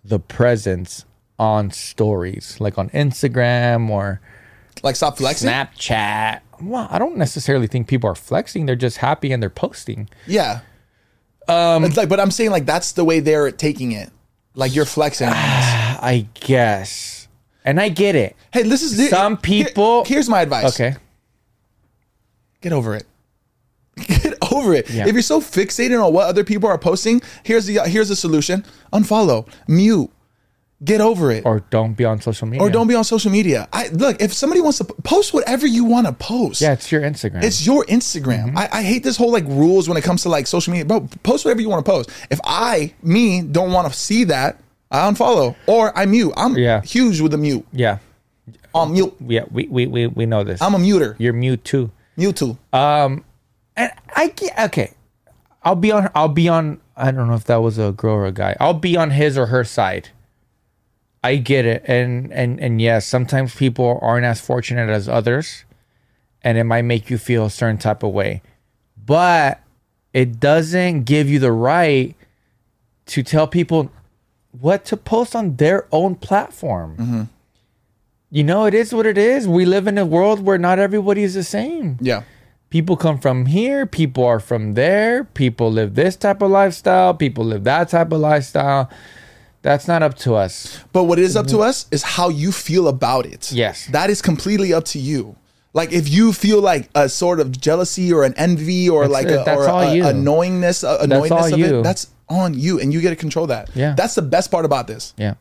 [SPEAKER 2] the presence on stories, like on Instagram or
[SPEAKER 1] Like stop flexing.
[SPEAKER 2] Snapchat. Well, I don't necessarily think people are flexing. They're just happy and they're posting.
[SPEAKER 1] Yeah. Um, it's like, but I'm saying like that's the way they're taking it. Like you're
[SPEAKER 2] <sighs>
[SPEAKER 1] flexing.
[SPEAKER 2] I guess. And I get it.
[SPEAKER 1] Hey, this is
[SPEAKER 2] Some
[SPEAKER 1] here-
[SPEAKER 2] people-
[SPEAKER 1] here's my advice.
[SPEAKER 2] Okay.
[SPEAKER 1] get over it. <laughs> Get over it.
[SPEAKER 2] Yeah.
[SPEAKER 1] If you're so fixated on what other people are posting, here's the here's the solution: unfollow, mute, get over it, or,
[SPEAKER 2] Or don't be on social media.
[SPEAKER 1] don't be on social media. I look if somebody wants to p- post whatever you want to post.
[SPEAKER 2] Yeah, Mm-hmm. it's your Instagram.
[SPEAKER 1] It's your Instagram. I, I hate this whole like rules when it comes to like social media. Bro, post whatever you want to post. If I, me, don't want to see that, I unfollow or I mute. I'm
[SPEAKER 2] Yeah.
[SPEAKER 1] huge with the mute.
[SPEAKER 2] yeah.
[SPEAKER 1] On mute.
[SPEAKER 2] Yeah. We, we, we, we know this.
[SPEAKER 1] I'm a muter.
[SPEAKER 2] You're mute too.
[SPEAKER 1] Mute too.
[SPEAKER 2] Uh, And I get okay. I'll be on. I'll be on. I don't know if that was a girl or a guy. I'll be on his or her side. I get it, and and and yes, sometimes people aren't as fortunate as others, and it might make you feel a certain type of way, but it doesn't give you the right to tell people what to post on their own platform. You know, it is what it is. We live in a world where not everybody is the same
[SPEAKER 1] yeah.
[SPEAKER 2] people come from here people are from there people live this type of lifestyle people live that type of lifestyle that's not up to us
[SPEAKER 1] But what is up to us is how you feel about it.
[SPEAKER 2] Mm-hmm. Yes.
[SPEAKER 1] That is completely up to you. Like if you feel like a sort of jealousy or an envy or like
[SPEAKER 2] it.
[SPEAKER 1] a,
[SPEAKER 2] That's
[SPEAKER 1] or
[SPEAKER 2] all
[SPEAKER 1] a,
[SPEAKER 2] you.
[SPEAKER 1] annoyingness, a,
[SPEAKER 2] That's all
[SPEAKER 1] annoyingness of it,
[SPEAKER 2] you.
[SPEAKER 1] that's on you, and you get to control that.
[SPEAKER 2] Yeah.
[SPEAKER 1] that's the best part about this.
[SPEAKER 2] yeah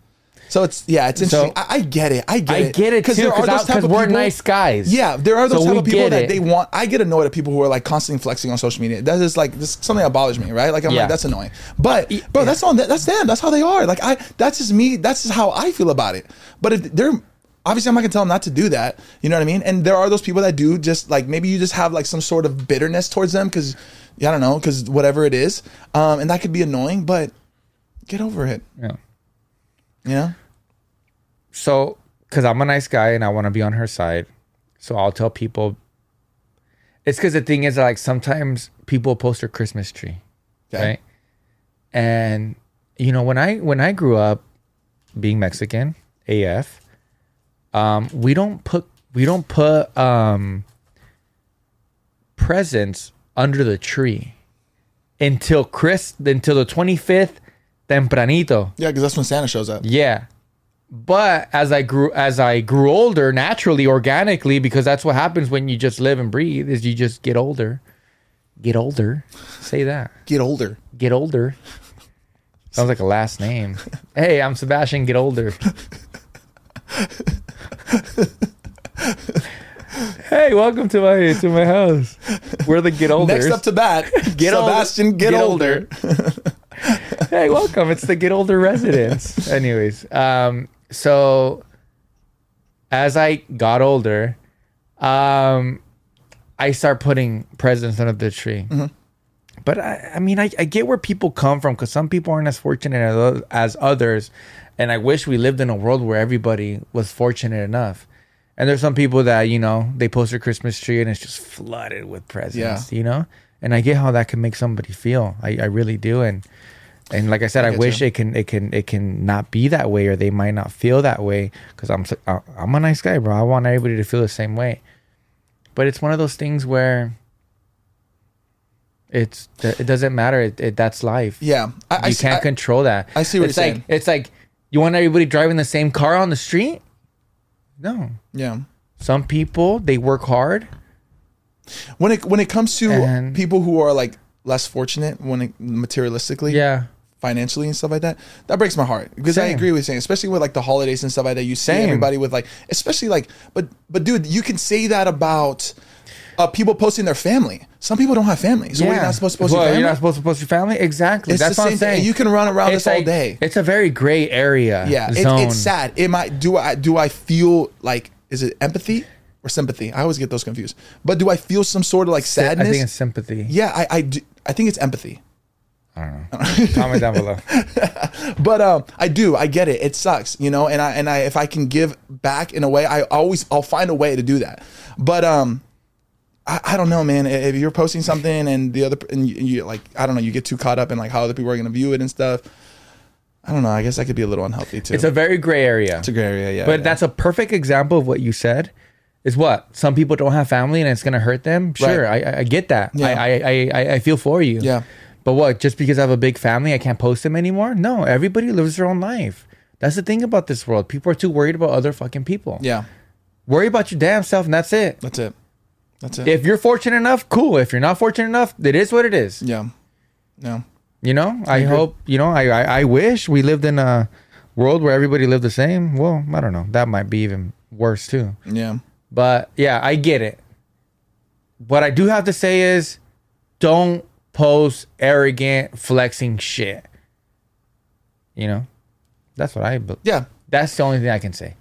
[SPEAKER 1] So it's yeah, it's interesting.
[SPEAKER 2] So-
[SPEAKER 1] I, I get it. I get it.
[SPEAKER 2] i get it too
[SPEAKER 1] there are those type
[SPEAKER 2] because
[SPEAKER 1] of
[SPEAKER 2] we're
[SPEAKER 1] people-
[SPEAKER 2] nice guys
[SPEAKER 1] Yeah, there are those
[SPEAKER 2] So
[SPEAKER 1] type
[SPEAKER 2] we
[SPEAKER 1] of people
[SPEAKER 2] get
[SPEAKER 1] that
[SPEAKER 2] it.
[SPEAKER 1] they want. I get annoyed at people who are like constantly flexing on social media. That is like this is something that bothers me, right? Like I'm
[SPEAKER 2] Yeah. Uh,
[SPEAKER 1] like that's annoying. But bro, that's on that's them. That's how they are. Like I, that's just me. That's just how I feel about it. But if they're obviously I'm not gonna tell them not to do that. You know what I mean? And there are those people that do just like maybe you just have like some sort of bitterness towards them because I don't know because whatever it is, um, and that could be annoying. But get over it.
[SPEAKER 2] Yeah.
[SPEAKER 1] You know?
[SPEAKER 2] so because i'm a nice guy and i want to be on her side so i'll tell people it's because the thing is like sometimes people post their christmas tree
[SPEAKER 1] Okay.
[SPEAKER 2] right and you know when i when i grew up being mexican af um we don't put we don't put um presents under the tree until chris until the 25th tempranito
[SPEAKER 1] Yeah, because that's when Santa shows up.
[SPEAKER 2] yeah. But as I grew as I grew older, naturally, organically, because that's what happens when you just live and breathe, is you just get older. Get older. Say that.
[SPEAKER 1] Get older.
[SPEAKER 2] Get older. Sounds like a
[SPEAKER 1] <laughs>
[SPEAKER 2] last name. Hey, I'm Sebastian, get older. Hey, welcome to my to my house. We're the get older.
[SPEAKER 1] Next up to bat,
[SPEAKER 2] <laughs> Get older.
[SPEAKER 1] Sebastian, get,
[SPEAKER 2] Get
[SPEAKER 1] older.
[SPEAKER 2] hey, welcome. It's the get older residents. Anyways, um, so as I got older, um, I start putting presents under the tree.
[SPEAKER 1] Mm-hmm.
[SPEAKER 2] But I, I mean, I, I get where people come from because some people aren't as fortunate as, oth- as others. And I wish we lived in a world where everybody was fortunate enough. And there's some people that, you know, they post their Christmas tree and it's just flooded with presents, you know? And I get how that can make somebody feel. I, I really do. And, and like I said, I,
[SPEAKER 1] get
[SPEAKER 2] wish
[SPEAKER 1] you.
[SPEAKER 2] it can it can it can not be that way, or they might not feel that way. Because I'm s- I- I'm a nice guy, bro. I want everybody to feel the same way. But it's one of those things where it's it doesn't matter. It, it that's life.
[SPEAKER 1] Yeah, I, I
[SPEAKER 2] you
[SPEAKER 1] see-
[SPEAKER 2] can't
[SPEAKER 1] I-
[SPEAKER 2] control that.
[SPEAKER 1] I see what
[SPEAKER 2] it's
[SPEAKER 1] you're
[SPEAKER 2] like.
[SPEAKER 1] saying.
[SPEAKER 2] It's like you want everybody driving the same car on the street. No,
[SPEAKER 1] yeah.
[SPEAKER 2] some people they work hard.
[SPEAKER 1] When it when it comes to
[SPEAKER 2] And-
[SPEAKER 1] people who are like less fortunate, when it, materialistically,
[SPEAKER 2] Yeah,
[SPEAKER 1] financially and stuff like that. That breaks my heart because I
[SPEAKER 2] Same.
[SPEAKER 1] agree with saying, especially with like the holidays and stuff like that. You see
[SPEAKER 2] Same.
[SPEAKER 1] everybody with like, especially like, but but dude, you can say that about uh, people posting their family. Some people don't have family, so
[SPEAKER 2] yeah.
[SPEAKER 1] what, you're not supposed to post
[SPEAKER 2] Well,
[SPEAKER 1] your family.
[SPEAKER 2] You're not supposed to post your family. Exactly.
[SPEAKER 1] It's
[SPEAKER 2] that's
[SPEAKER 1] the
[SPEAKER 2] what
[SPEAKER 1] same
[SPEAKER 2] I'm
[SPEAKER 1] thing.
[SPEAKER 2] saying.
[SPEAKER 1] You can run around
[SPEAKER 2] It's
[SPEAKER 1] this all
[SPEAKER 2] like-
[SPEAKER 1] day.
[SPEAKER 2] It's a very gray area.
[SPEAKER 1] yeah, it,
[SPEAKER 2] zone.
[SPEAKER 1] it's sad. It might do I do I feel like is it empathy or sympathy? I always get those confused. But do I feel some sort of like sadness?
[SPEAKER 2] I think it's sympathy.
[SPEAKER 1] <laughs> yeah, I I, do, I think it's empathy.
[SPEAKER 2] Comment
[SPEAKER 1] <laughs>
[SPEAKER 2] down below.
[SPEAKER 1] but um, I do. I get it. It sucks, you know. And I and I if I can give back in a way, I always I'll find a way to do that. But um, I, I don't know, man. If you're posting something and the other and you, you like, I don't know, you get too caught up in like how other people are gonna view it and stuff. I don't know. I guess I could be a little unhealthy too.
[SPEAKER 2] It's a very gray area.
[SPEAKER 1] It's a gray area, yeah.
[SPEAKER 2] but
[SPEAKER 1] yeah.
[SPEAKER 2] that's a perfect example of what you said. Is what some people don't have family and it's gonna hurt them. Sure, I I, I get that.
[SPEAKER 1] Yeah.
[SPEAKER 2] I, I I I I feel for you.
[SPEAKER 1] Yeah.
[SPEAKER 2] But what? Just because I have a big family, I can't post them anymore? No. Everybody lives their own life. That's the thing about this world. People are too worried about other fucking people.
[SPEAKER 1] yeah.
[SPEAKER 2] Worry about your damn self, and that's it.
[SPEAKER 1] That's it. That's it.
[SPEAKER 2] If you're fortunate enough, cool. If you're not fortunate enough, it is what it is.
[SPEAKER 1] yeah. No.
[SPEAKER 2] You know, I, hope you know. I, I I wish we lived in a world where everybody lived the same. Well, I don't know. That might be even worse too.
[SPEAKER 1] Yeah.
[SPEAKER 2] But yeah, I get it. What I do have to say is, don't post arrogant flexing shit. You know, that's what I. be-
[SPEAKER 1] Yeah.
[SPEAKER 2] That's the only thing I can say.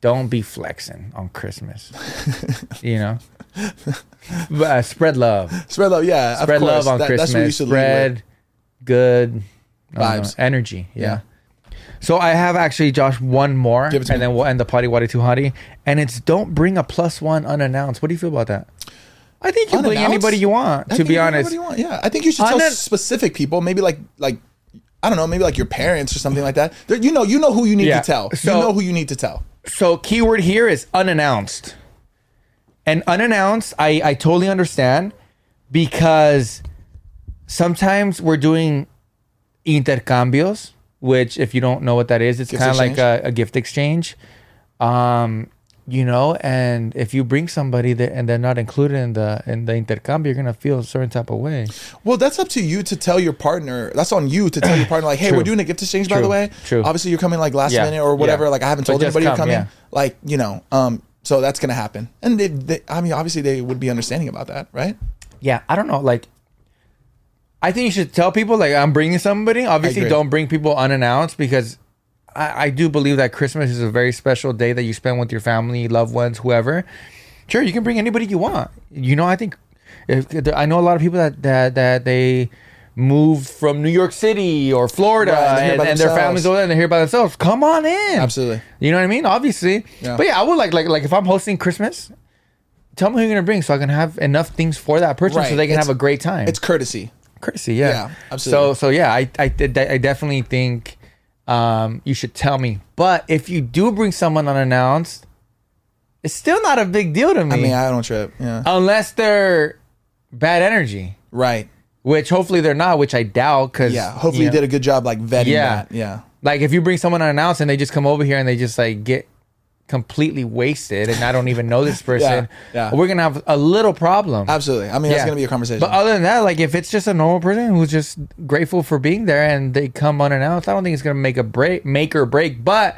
[SPEAKER 2] Don't be flexing on Christmas. you know, but, uh, spread love
[SPEAKER 1] Spread love. Yeah. of
[SPEAKER 2] spread love
[SPEAKER 1] course.
[SPEAKER 2] on
[SPEAKER 1] That-
[SPEAKER 2] Christmas.
[SPEAKER 1] That's what you should lead with.
[SPEAKER 2] spread good I don't
[SPEAKER 1] Vibes.
[SPEAKER 2] know, energy. Yeah.
[SPEAKER 1] Yeah.
[SPEAKER 2] So I have actually, Josh, one more,
[SPEAKER 1] Give it to
[SPEAKER 2] and
[SPEAKER 1] me.
[SPEAKER 2] then we'll end the potty wadi too hottie. And it's don't bring a plus one unannounced. What do you feel about that? I think you bring
[SPEAKER 1] Unannounced?
[SPEAKER 2] anybody you want.
[SPEAKER 1] I
[SPEAKER 2] To
[SPEAKER 1] think
[SPEAKER 2] be
[SPEAKER 1] you can do
[SPEAKER 2] honest,
[SPEAKER 1] what you want. yeah, I think you should tell
[SPEAKER 2] Unan-
[SPEAKER 1] specific people. Maybe like like I don't know, maybe like your parents or something like that. There, you know, you know who you need
[SPEAKER 2] Yeah,
[SPEAKER 1] to tell.
[SPEAKER 2] so-
[SPEAKER 1] you know who you need to tell.
[SPEAKER 2] so keyword here is unannounced and unannounced i i totally understand because sometimes we're doing intercambios which if you don't know what that is it's
[SPEAKER 1] Gift
[SPEAKER 2] kind of like a,
[SPEAKER 1] exchange?
[SPEAKER 2] a gift exchange um you know and if you bring somebody that and they're not included in the in the intercambio you're gonna feel a certain type of way
[SPEAKER 1] Well, that's up to you to tell your partner. That's on you to tell your partner like, "Hey, we're doing a gift exchange by
[SPEAKER 2] True.
[SPEAKER 1] the way.
[SPEAKER 2] True.
[SPEAKER 1] Obviously, you're coming like last
[SPEAKER 2] Yeah.
[SPEAKER 1] minute or whatever.
[SPEAKER 2] Yeah.
[SPEAKER 1] Like I haven't
[SPEAKER 2] But
[SPEAKER 1] told
[SPEAKER 2] just
[SPEAKER 1] anybody
[SPEAKER 2] come,
[SPEAKER 1] you're coming.
[SPEAKER 2] yeah.
[SPEAKER 1] Like, you know, um so that's going to happen. And they, they I mean, obviously they would be understanding about that, right?
[SPEAKER 2] yeah i don't know like i think you should tell people like i'm bringing somebody obviously
[SPEAKER 1] agree.
[SPEAKER 2] don't bring people unannounced because I, I do believe that christmas is a very special day that you spend with your family loved ones whoever sure you can bring anybody you want you know i think if, i know a lot of people that that that they moved from new york city or florida
[SPEAKER 1] Right, and they're here
[SPEAKER 2] and,
[SPEAKER 1] by
[SPEAKER 2] and their
[SPEAKER 1] themselves.
[SPEAKER 2] families over there and they're here by themselves come on in
[SPEAKER 1] Absolutely.
[SPEAKER 2] you know what i mean obviously
[SPEAKER 1] Yeah.
[SPEAKER 2] but yeah i would like like like if i'm hosting christmas tell me who you're gonna bring so i can have enough things for that person so
[SPEAKER 1] Right.
[SPEAKER 2] they can
[SPEAKER 1] It's-
[SPEAKER 2] have a great time
[SPEAKER 1] It's courtesy.
[SPEAKER 2] courtesy, yeah.
[SPEAKER 1] Yeah, absolutely.
[SPEAKER 2] So so yeah, I I, did- I definitely think um, you should tell me. But if you do bring someone unannounced, it's still not a big deal to me,
[SPEAKER 1] I mean, I don't trip. Yeah.
[SPEAKER 2] unless they're bad energy,
[SPEAKER 1] right.
[SPEAKER 2] which hopefully they're not, which I doubt. Cause
[SPEAKER 1] Yeah. Hopefully you
[SPEAKER 2] know,
[SPEAKER 1] did a good job like vetting
[SPEAKER 2] Yeah.
[SPEAKER 1] that. Yeah.
[SPEAKER 2] Like if you bring someone unannounced and they just come over here and they just like get completely wasted and I don't even know this person,
[SPEAKER 1] <laughs> yeah.
[SPEAKER 2] we're gonna have a little problem.
[SPEAKER 1] Absolutely. I mean, that's
[SPEAKER 2] Yeah.
[SPEAKER 1] going to be a conversation.
[SPEAKER 2] But uh, other than that, like if it's just a normal person who's just grateful for being there and they come unannounced, I don't think it's gonna make a break, make or break. But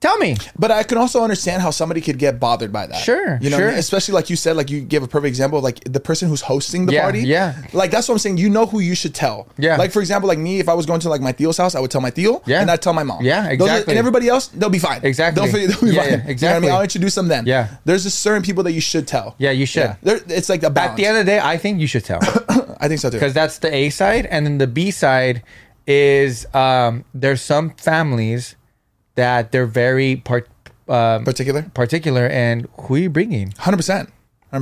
[SPEAKER 2] Tell me.
[SPEAKER 1] But I can also understand how somebody could get bothered by that.
[SPEAKER 2] Sure,
[SPEAKER 1] you know, what I
[SPEAKER 2] sure.
[SPEAKER 1] mean? especially like you said, like you gave a perfect example, like the person who's hosting the
[SPEAKER 2] Yeah,
[SPEAKER 1] party.
[SPEAKER 2] yeah.
[SPEAKER 1] like that's what I'm saying. You know who you should tell.
[SPEAKER 2] Yeah.
[SPEAKER 1] Like for example, like me, if I was going to like my Theo's house, I would tell my Theo.
[SPEAKER 2] Yeah.
[SPEAKER 1] and I'd tell my mom.
[SPEAKER 2] Yeah,
[SPEAKER 1] Those are-
[SPEAKER 2] exactly.
[SPEAKER 1] and everybody else, they'll be fine.
[SPEAKER 2] Exactly.
[SPEAKER 1] They'll, fi- <laughs> they'll be
[SPEAKER 2] Yeah,
[SPEAKER 1] fine. You
[SPEAKER 2] yeah,
[SPEAKER 1] know what
[SPEAKER 2] exactly.
[SPEAKER 1] I mean? I'll introduce them then.
[SPEAKER 2] Yeah.
[SPEAKER 1] There's just certain people that you should tell.
[SPEAKER 2] Yeah, you should.
[SPEAKER 1] There, it's like a balance.
[SPEAKER 2] At the end of the day, I think you should tell.
[SPEAKER 1] I think so too.
[SPEAKER 2] because that's the A side, and then the B side is um, there's some families that they're very part, um,
[SPEAKER 1] Particular,
[SPEAKER 2] particular, and who are you bringing?
[SPEAKER 1] hundred percent.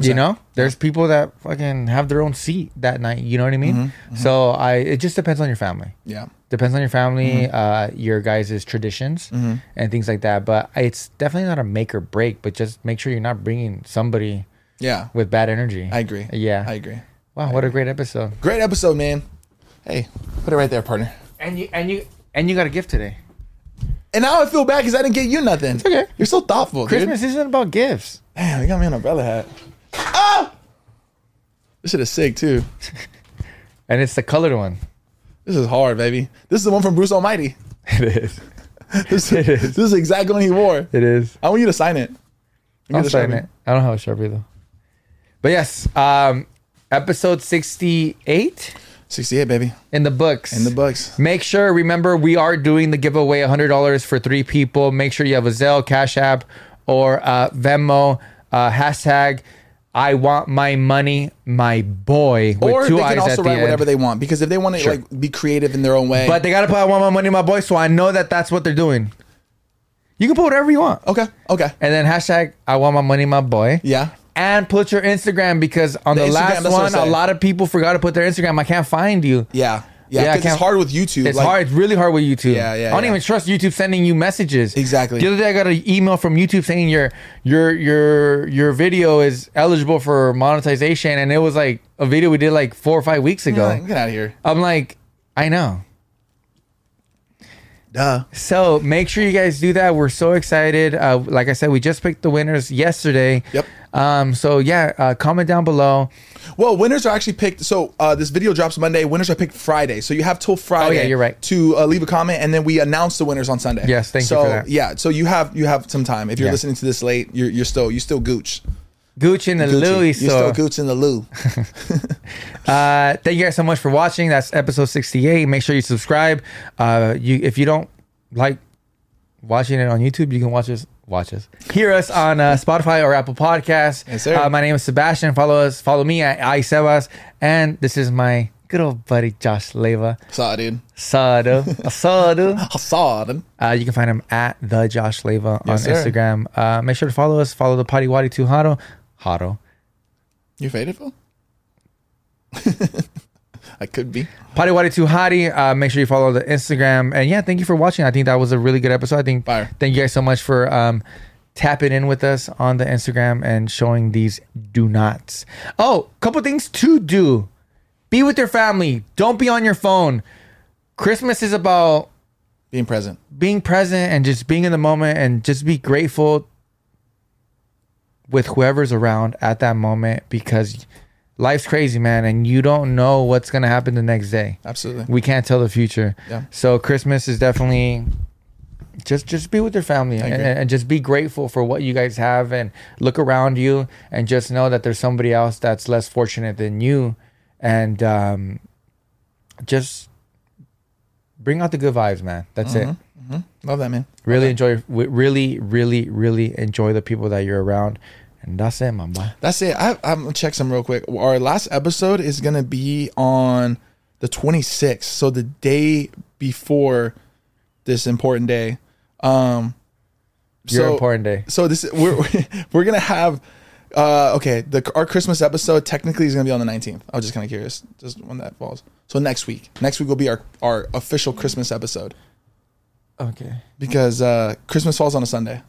[SPEAKER 2] You know, there's people that fucking have their own seat that night. You know what I mean?
[SPEAKER 1] Mm-hmm.
[SPEAKER 2] So I, it just depends on your family.
[SPEAKER 1] Yeah.
[SPEAKER 2] Depends on your family,
[SPEAKER 1] Mm-hmm.
[SPEAKER 2] uh, your guys' traditions, and things like that. But it's definitely not a make or break. But just make sure you're not bringing somebody
[SPEAKER 1] Yeah.
[SPEAKER 2] with bad energy.
[SPEAKER 1] I agree.
[SPEAKER 2] Yeah.
[SPEAKER 1] I agree.
[SPEAKER 2] Wow, what a great episode.
[SPEAKER 1] Great episode, man. Hey, put it right there, partner.
[SPEAKER 2] And you and you and you got a gift today.
[SPEAKER 1] And now I feel bad because I didn't get you nothing. It's
[SPEAKER 2] okay.
[SPEAKER 1] You're so thoughtful, dude.
[SPEAKER 2] Christmas isn't about gifts.
[SPEAKER 1] Damn, you got me an umbrella hat. Oh! This shit is sick, too.
[SPEAKER 2] And it's the colored one. <laughs>
[SPEAKER 1] This is hard, baby. This is the one from Bruce Almighty.
[SPEAKER 2] It is.
[SPEAKER 1] This,
[SPEAKER 2] <laughs> It is.
[SPEAKER 1] this is the exact one he wore.
[SPEAKER 2] It is.
[SPEAKER 1] I want you to sign it. Give me
[SPEAKER 2] I'll
[SPEAKER 1] the
[SPEAKER 2] sign
[SPEAKER 1] Sharpie.
[SPEAKER 2] it. I don't have a Sharpie though. But yes, um, episode 68
[SPEAKER 1] 68, baby.
[SPEAKER 2] in the books.
[SPEAKER 1] In the books.
[SPEAKER 2] Make sure, remember, we are doing the giveaway $100 for three people. Make sure you have a Zelle, Cash App, or uh, Venmo. Uh, hashtag I want my money, my boy. With
[SPEAKER 1] Or
[SPEAKER 2] two
[SPEAKER 1] they
[SPEAKER 2] eyes
[SPEAKER 1] can
[SPEAKER 2] at
[SPEAKER 1] also
[SPEAKER 2] the
[SPEAKER 1] write
[SPEAKER 2] end.
[SPEAKER 1] whatever they want because if they want to like be creative in their own way.
[SPEAKER 2] But they gotta put I want my money, my boy. So I know that that's what they're doing. You can put whatever you want, Oh.
[SPEAKER 1] okay, okay,
[SPEAKER 2] and then hashtag I want my money, my boy.
[SPEAKER 1] yeah.
[SPEAKER 2] And put your Instagram because on the,
[SPEAKER 1] The Instagram,
[SPEAKER 2] last
[SPEAKER 1] that's what I'm
[SPEAKER 2] one, a
[SPEAKER 1] saying.
[SPEAKER 2] lot of people forgot to put their Instagram. I can't find you.
[SPEAKER 1] Yeah.
[SPEAKER 2] Yeah, I
[SPEAKER 1] Yeah. Because
[SPEAKER 2] can't-
[SPEAKER 1] it's hard with YouTube.
[SPEAKER 2] It's
[SPEAKER 1] like,
[SPEAKER 2] hard. It's really hard with YouTube.
[SPEAKER 1] Yeah, yeah,
[SPEAKER 2] I don't
[SPEAKER 1] yeah.
[SPEAKER 2] even trust YouTube sending you messages.
[SPEAKER 1] Exactly.
[SPEAKER 2] The other day, I got an email from YouTube saying your your your your video is eligible for monetization, and it was like a video we did like four or five weeks ago.
[SPEAKER 1] Like, get out of here.
[SPEAKER 2] I'm like, I know.
[SPEAKER 1] Duh.
[SPEAKER 2] So make sure you guys do that. We're so excited. Uh, like I said, we just picked the winners yesterday.
[SPEAKER 1] Yep.
[SPEAKER 2] Um, so yeah, uh, comment down below.
[SPEAKER 1] Well, winners are actually picked. So uh, this video drops Monday. Winners are picked Friday. So you have till Friday.
[SPEAKER 2] Oh, you're right.
[SPEAKER 1] To uh, leave a comment, and then we announce the winners on Sunday.
[SPEAKER 2] Yes, thank you
[SPEAKER 1] so,
[SPEAKER 2] for that.
[SPEAKER 1] Yeah, so you have you have some time. If you're
[SPEAKER 2] Yeah.
[SPEAKER 1] listening to this late, you're, you're still you still gooch.
[SPEAKER 2] Gucci and the
[SPEAKER 1] Gucci.
[SPEAKER 2] Louis
[SPEAKER 1] You're still
[SPEAKER 2] store.
[SPEAKER 1] gooch in the loo.
[SPEAKER 2] Uh, thank you guys so much for watching. That's episode 68. Make sure you subscribe. Uh, you if you don't like watching it on YouTube, you can watch us watch us. Hear us on uh, Spotify or Apple Podcasts.
[SPEAKER 1] Yes, sir.
[SPEAKER 2] Uh, my name is Sebastian. Follow us. Follow me at iSebas. And this is my good old buddy Josh Leva.
[SPEAKER 1] Saw it, dude. <laughs>
[SPEAKER 2] Sado. Sado.
[SPEAKER 1] I saw it.
[SPEAKER 2] Uh, you can find him at the Josh Leva
[SPEAKER 1] Yes,
[SPEAKER 2] on
[SPEAKER 1] sir.
[SPEAKER 2] Instagram. Uh, make sure to follow us. Follow the Potty Wadi Too Haro. Haro.
[SPEAKER 1] You faded, Phil? <laughs> I could be.
[SPEAKER 2] Potty Wadi Too Hadi. Uh, make sure you follow the Instagram. And yeah, thank you for watching. I think that was a really good episode. I think
[SPEAKER 1] Fire.
[SPEAKER 2] thank you guys so much for um, tapping in with us on the Instagram and showing these do nots. Oh, couple things to do. Be with your family. Don't be on your phone. Christmas is about
[SPEAKER 1] Being present.
[SPEAKER 2] being present and just being in the moment and just be grateful with whoever's around at that moment because life's crazy, man, and you don't know what's gonna happen the next day.
[SPEAKER 1] Absolutely.
[SPEAKER 2] We can't tell the future.
[SPEAKER 1] Yeah.
[SPEAKER 2] So Christmas is definitely just just be with your family and,
[SPEAKER 1] agree.
[SPEAKER 2] and just be grateful for what you guys have and look around you and just know that there's somebody else that's less fortunate than you and um, just bring out the good vibes, man. That's it
[SPEAKER 1] Mm-hmm. Love that, man.
[SPEAKER 2] really enjoy w- really really really enjoy the people that you're around and that's it my boy
[SPEAKER 1] That's it. I, I'm gonna check some real quick. Our last episode is gonna be on the 26th, so the day before this important day. Um,
[SPEAKER 2] your important day
[SPEAKER 1] So this we're <laughs> we're gonna have. Uh, okay, the our Christmas episode technically is gonna be on the 19th. I was just kind of curious, just when that falls. So next week, next week will be our our official Christmas episode
[SPEAKER 2] okay
[SPEAKER 1] because uh, Christmas falls on a Sunday.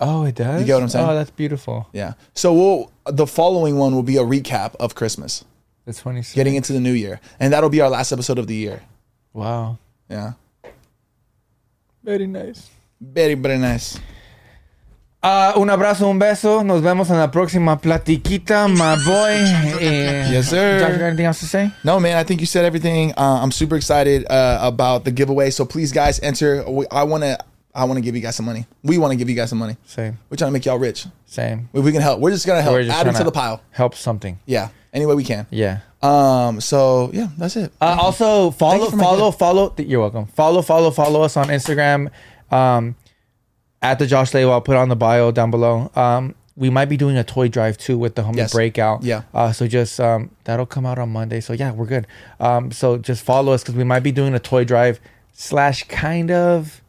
[SPEAKER 2] oh it does
[SPEAKER 1] You get what I'm saying?
[SPEAKER 2] oh that's beautiful
[SPEAKER 1] Yeah. So we'll the following one will be a recap of Christmas.
[SPEAKER 2] the 26
[SPEAKER 1] getting into the new year, and that'll be our last episode of the year.
[SPEAKER 2] wow
[SPEAKER 1] Yeah,
[SPEAKER 2] very nice
[SPEAKER 1] very very nice.
[SPEAKER 2] uh, un abrazo un beso nos vemos en la próxima platiquita my boy Eh,
[SPEAKER 1] Yes, sir.
[SPEAKER 2] Josh, you got anything else to say
[SPEAKER 1] No, man, I think you said everything. Uh, I'm super excited uh, about the giveaway. So please, guys, enter. We- I want to I want to give you guys some money. We want to give you guys some money.
[SPEAKER 2] Same.
[SPEAKER 1] We're trying to make y'all rich.
[SPEAKER 2] Same.
[SPEAKER 1] If we can help, we're just gonna help.
[SPEAKER 2] We're just
[SPEAKER 1] Add it to
[SPEAKER 2] tryna
[SPEAKER 1] the pile.
[SPEAKER 2] Help something.
[SPEAKER 1] Yeah. Any way we can.
[SPEAKER 2] Yeah.
[SPEAKER 1] Um. So yeah, that's it.
[SPEAKER 2] Uh, also follow
[SPEAKER 1] you for my
[SPEAKER 2] follow follow. th- you're welcome. Follow follow follow us on Instagram, um, at the Josh Lay. I'll put on the bio down below. Um, we might be doing a toy drive too with the homie
[SPEAKER 1] Yes.
[SPEAKER 2] breakout.
[SPEAKER 1] Yeah.
[SPEAKER 2] Uh, so just um, that'll come out on Monday. So yeah, we're good. Um, so just follow us because we might be doing a toy drive slash kind of.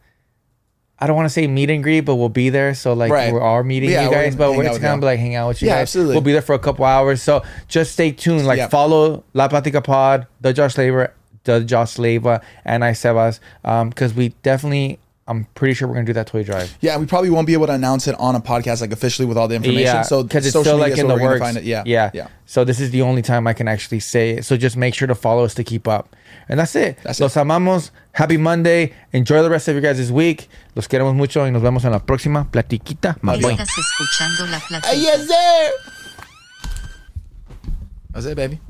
[SPEAKER 2] I don't want to say meet and greet, but we'll be there. So like
[SPEAKER 1] Right.
[SPEAKER 2] we are meeting
[SPEAKER 1] Yeah,
[SPEAKER 2] you
[SPEAKER 1] we're
[SPEAKER 2] guys,
[SPEAKER 1] gonna
[SPEAKER 2] but
[SPEAKER 1] hang
[SPEAKER 2] we're
[SPEAKER 1] out
[SPEAKER 2] just
[SPEAKER 1] with
[SPEAKER 2] gonna
[SPEAKER 1] y'all.
[SPEAKER 2] be like hang out with you
[SPEAKER 1] Yeah,
[SPEAKER 2] guys.
[SPEAKER 1] absolutely.
[SPEAKER 2] We'll be there for a couple hours. So just stay tuned. Like
[SPEAKER 1] Yeah.
[SPEAKER 2] follow La Platica Pod, the Josh Labor, the Josh Leva, and I Sebas. Um, because we definitely I'm pretty sure we're gonna do that toy drive.
[SPEAKER 1] Yeah, we probably won't be able to announce it on a podcast like officially with all the information.
[SPEAKER 2] Yeah,
[SPEAKER 1] so
[SPEAKER 2] because it's
[SPEAKER 1] social
[SPEAKER 2] still
[SPEAKER 1] media
[SPEAKER 2] like
[SPEAKER 1] is
[SPEAKER 2] in the
[SPEAKER 1] where we're gonna Find it.
[SPEAKER 2] works.
[SPEAKER 1] Yeah,
[SPEAKER 2] yeah,
[SPEAKER 1] yeah.
[SPEAKER 2] So this is the only time I can actually say it. So just make sure to follow us to keep up, and that's it.
[SPEAKER 1] That's
[SPEAKER 2] Los amamos. Happy Monday. Enjoy the rest of your guys' week. Los queremos mucho y nos vemos en la próxima platiquita. My boy.
[SPEAKER 1] Uh,
[SPEAKER 3] Estás escuchando la plática.
[SPEAKER 1] Yes, sir. That's it, baby.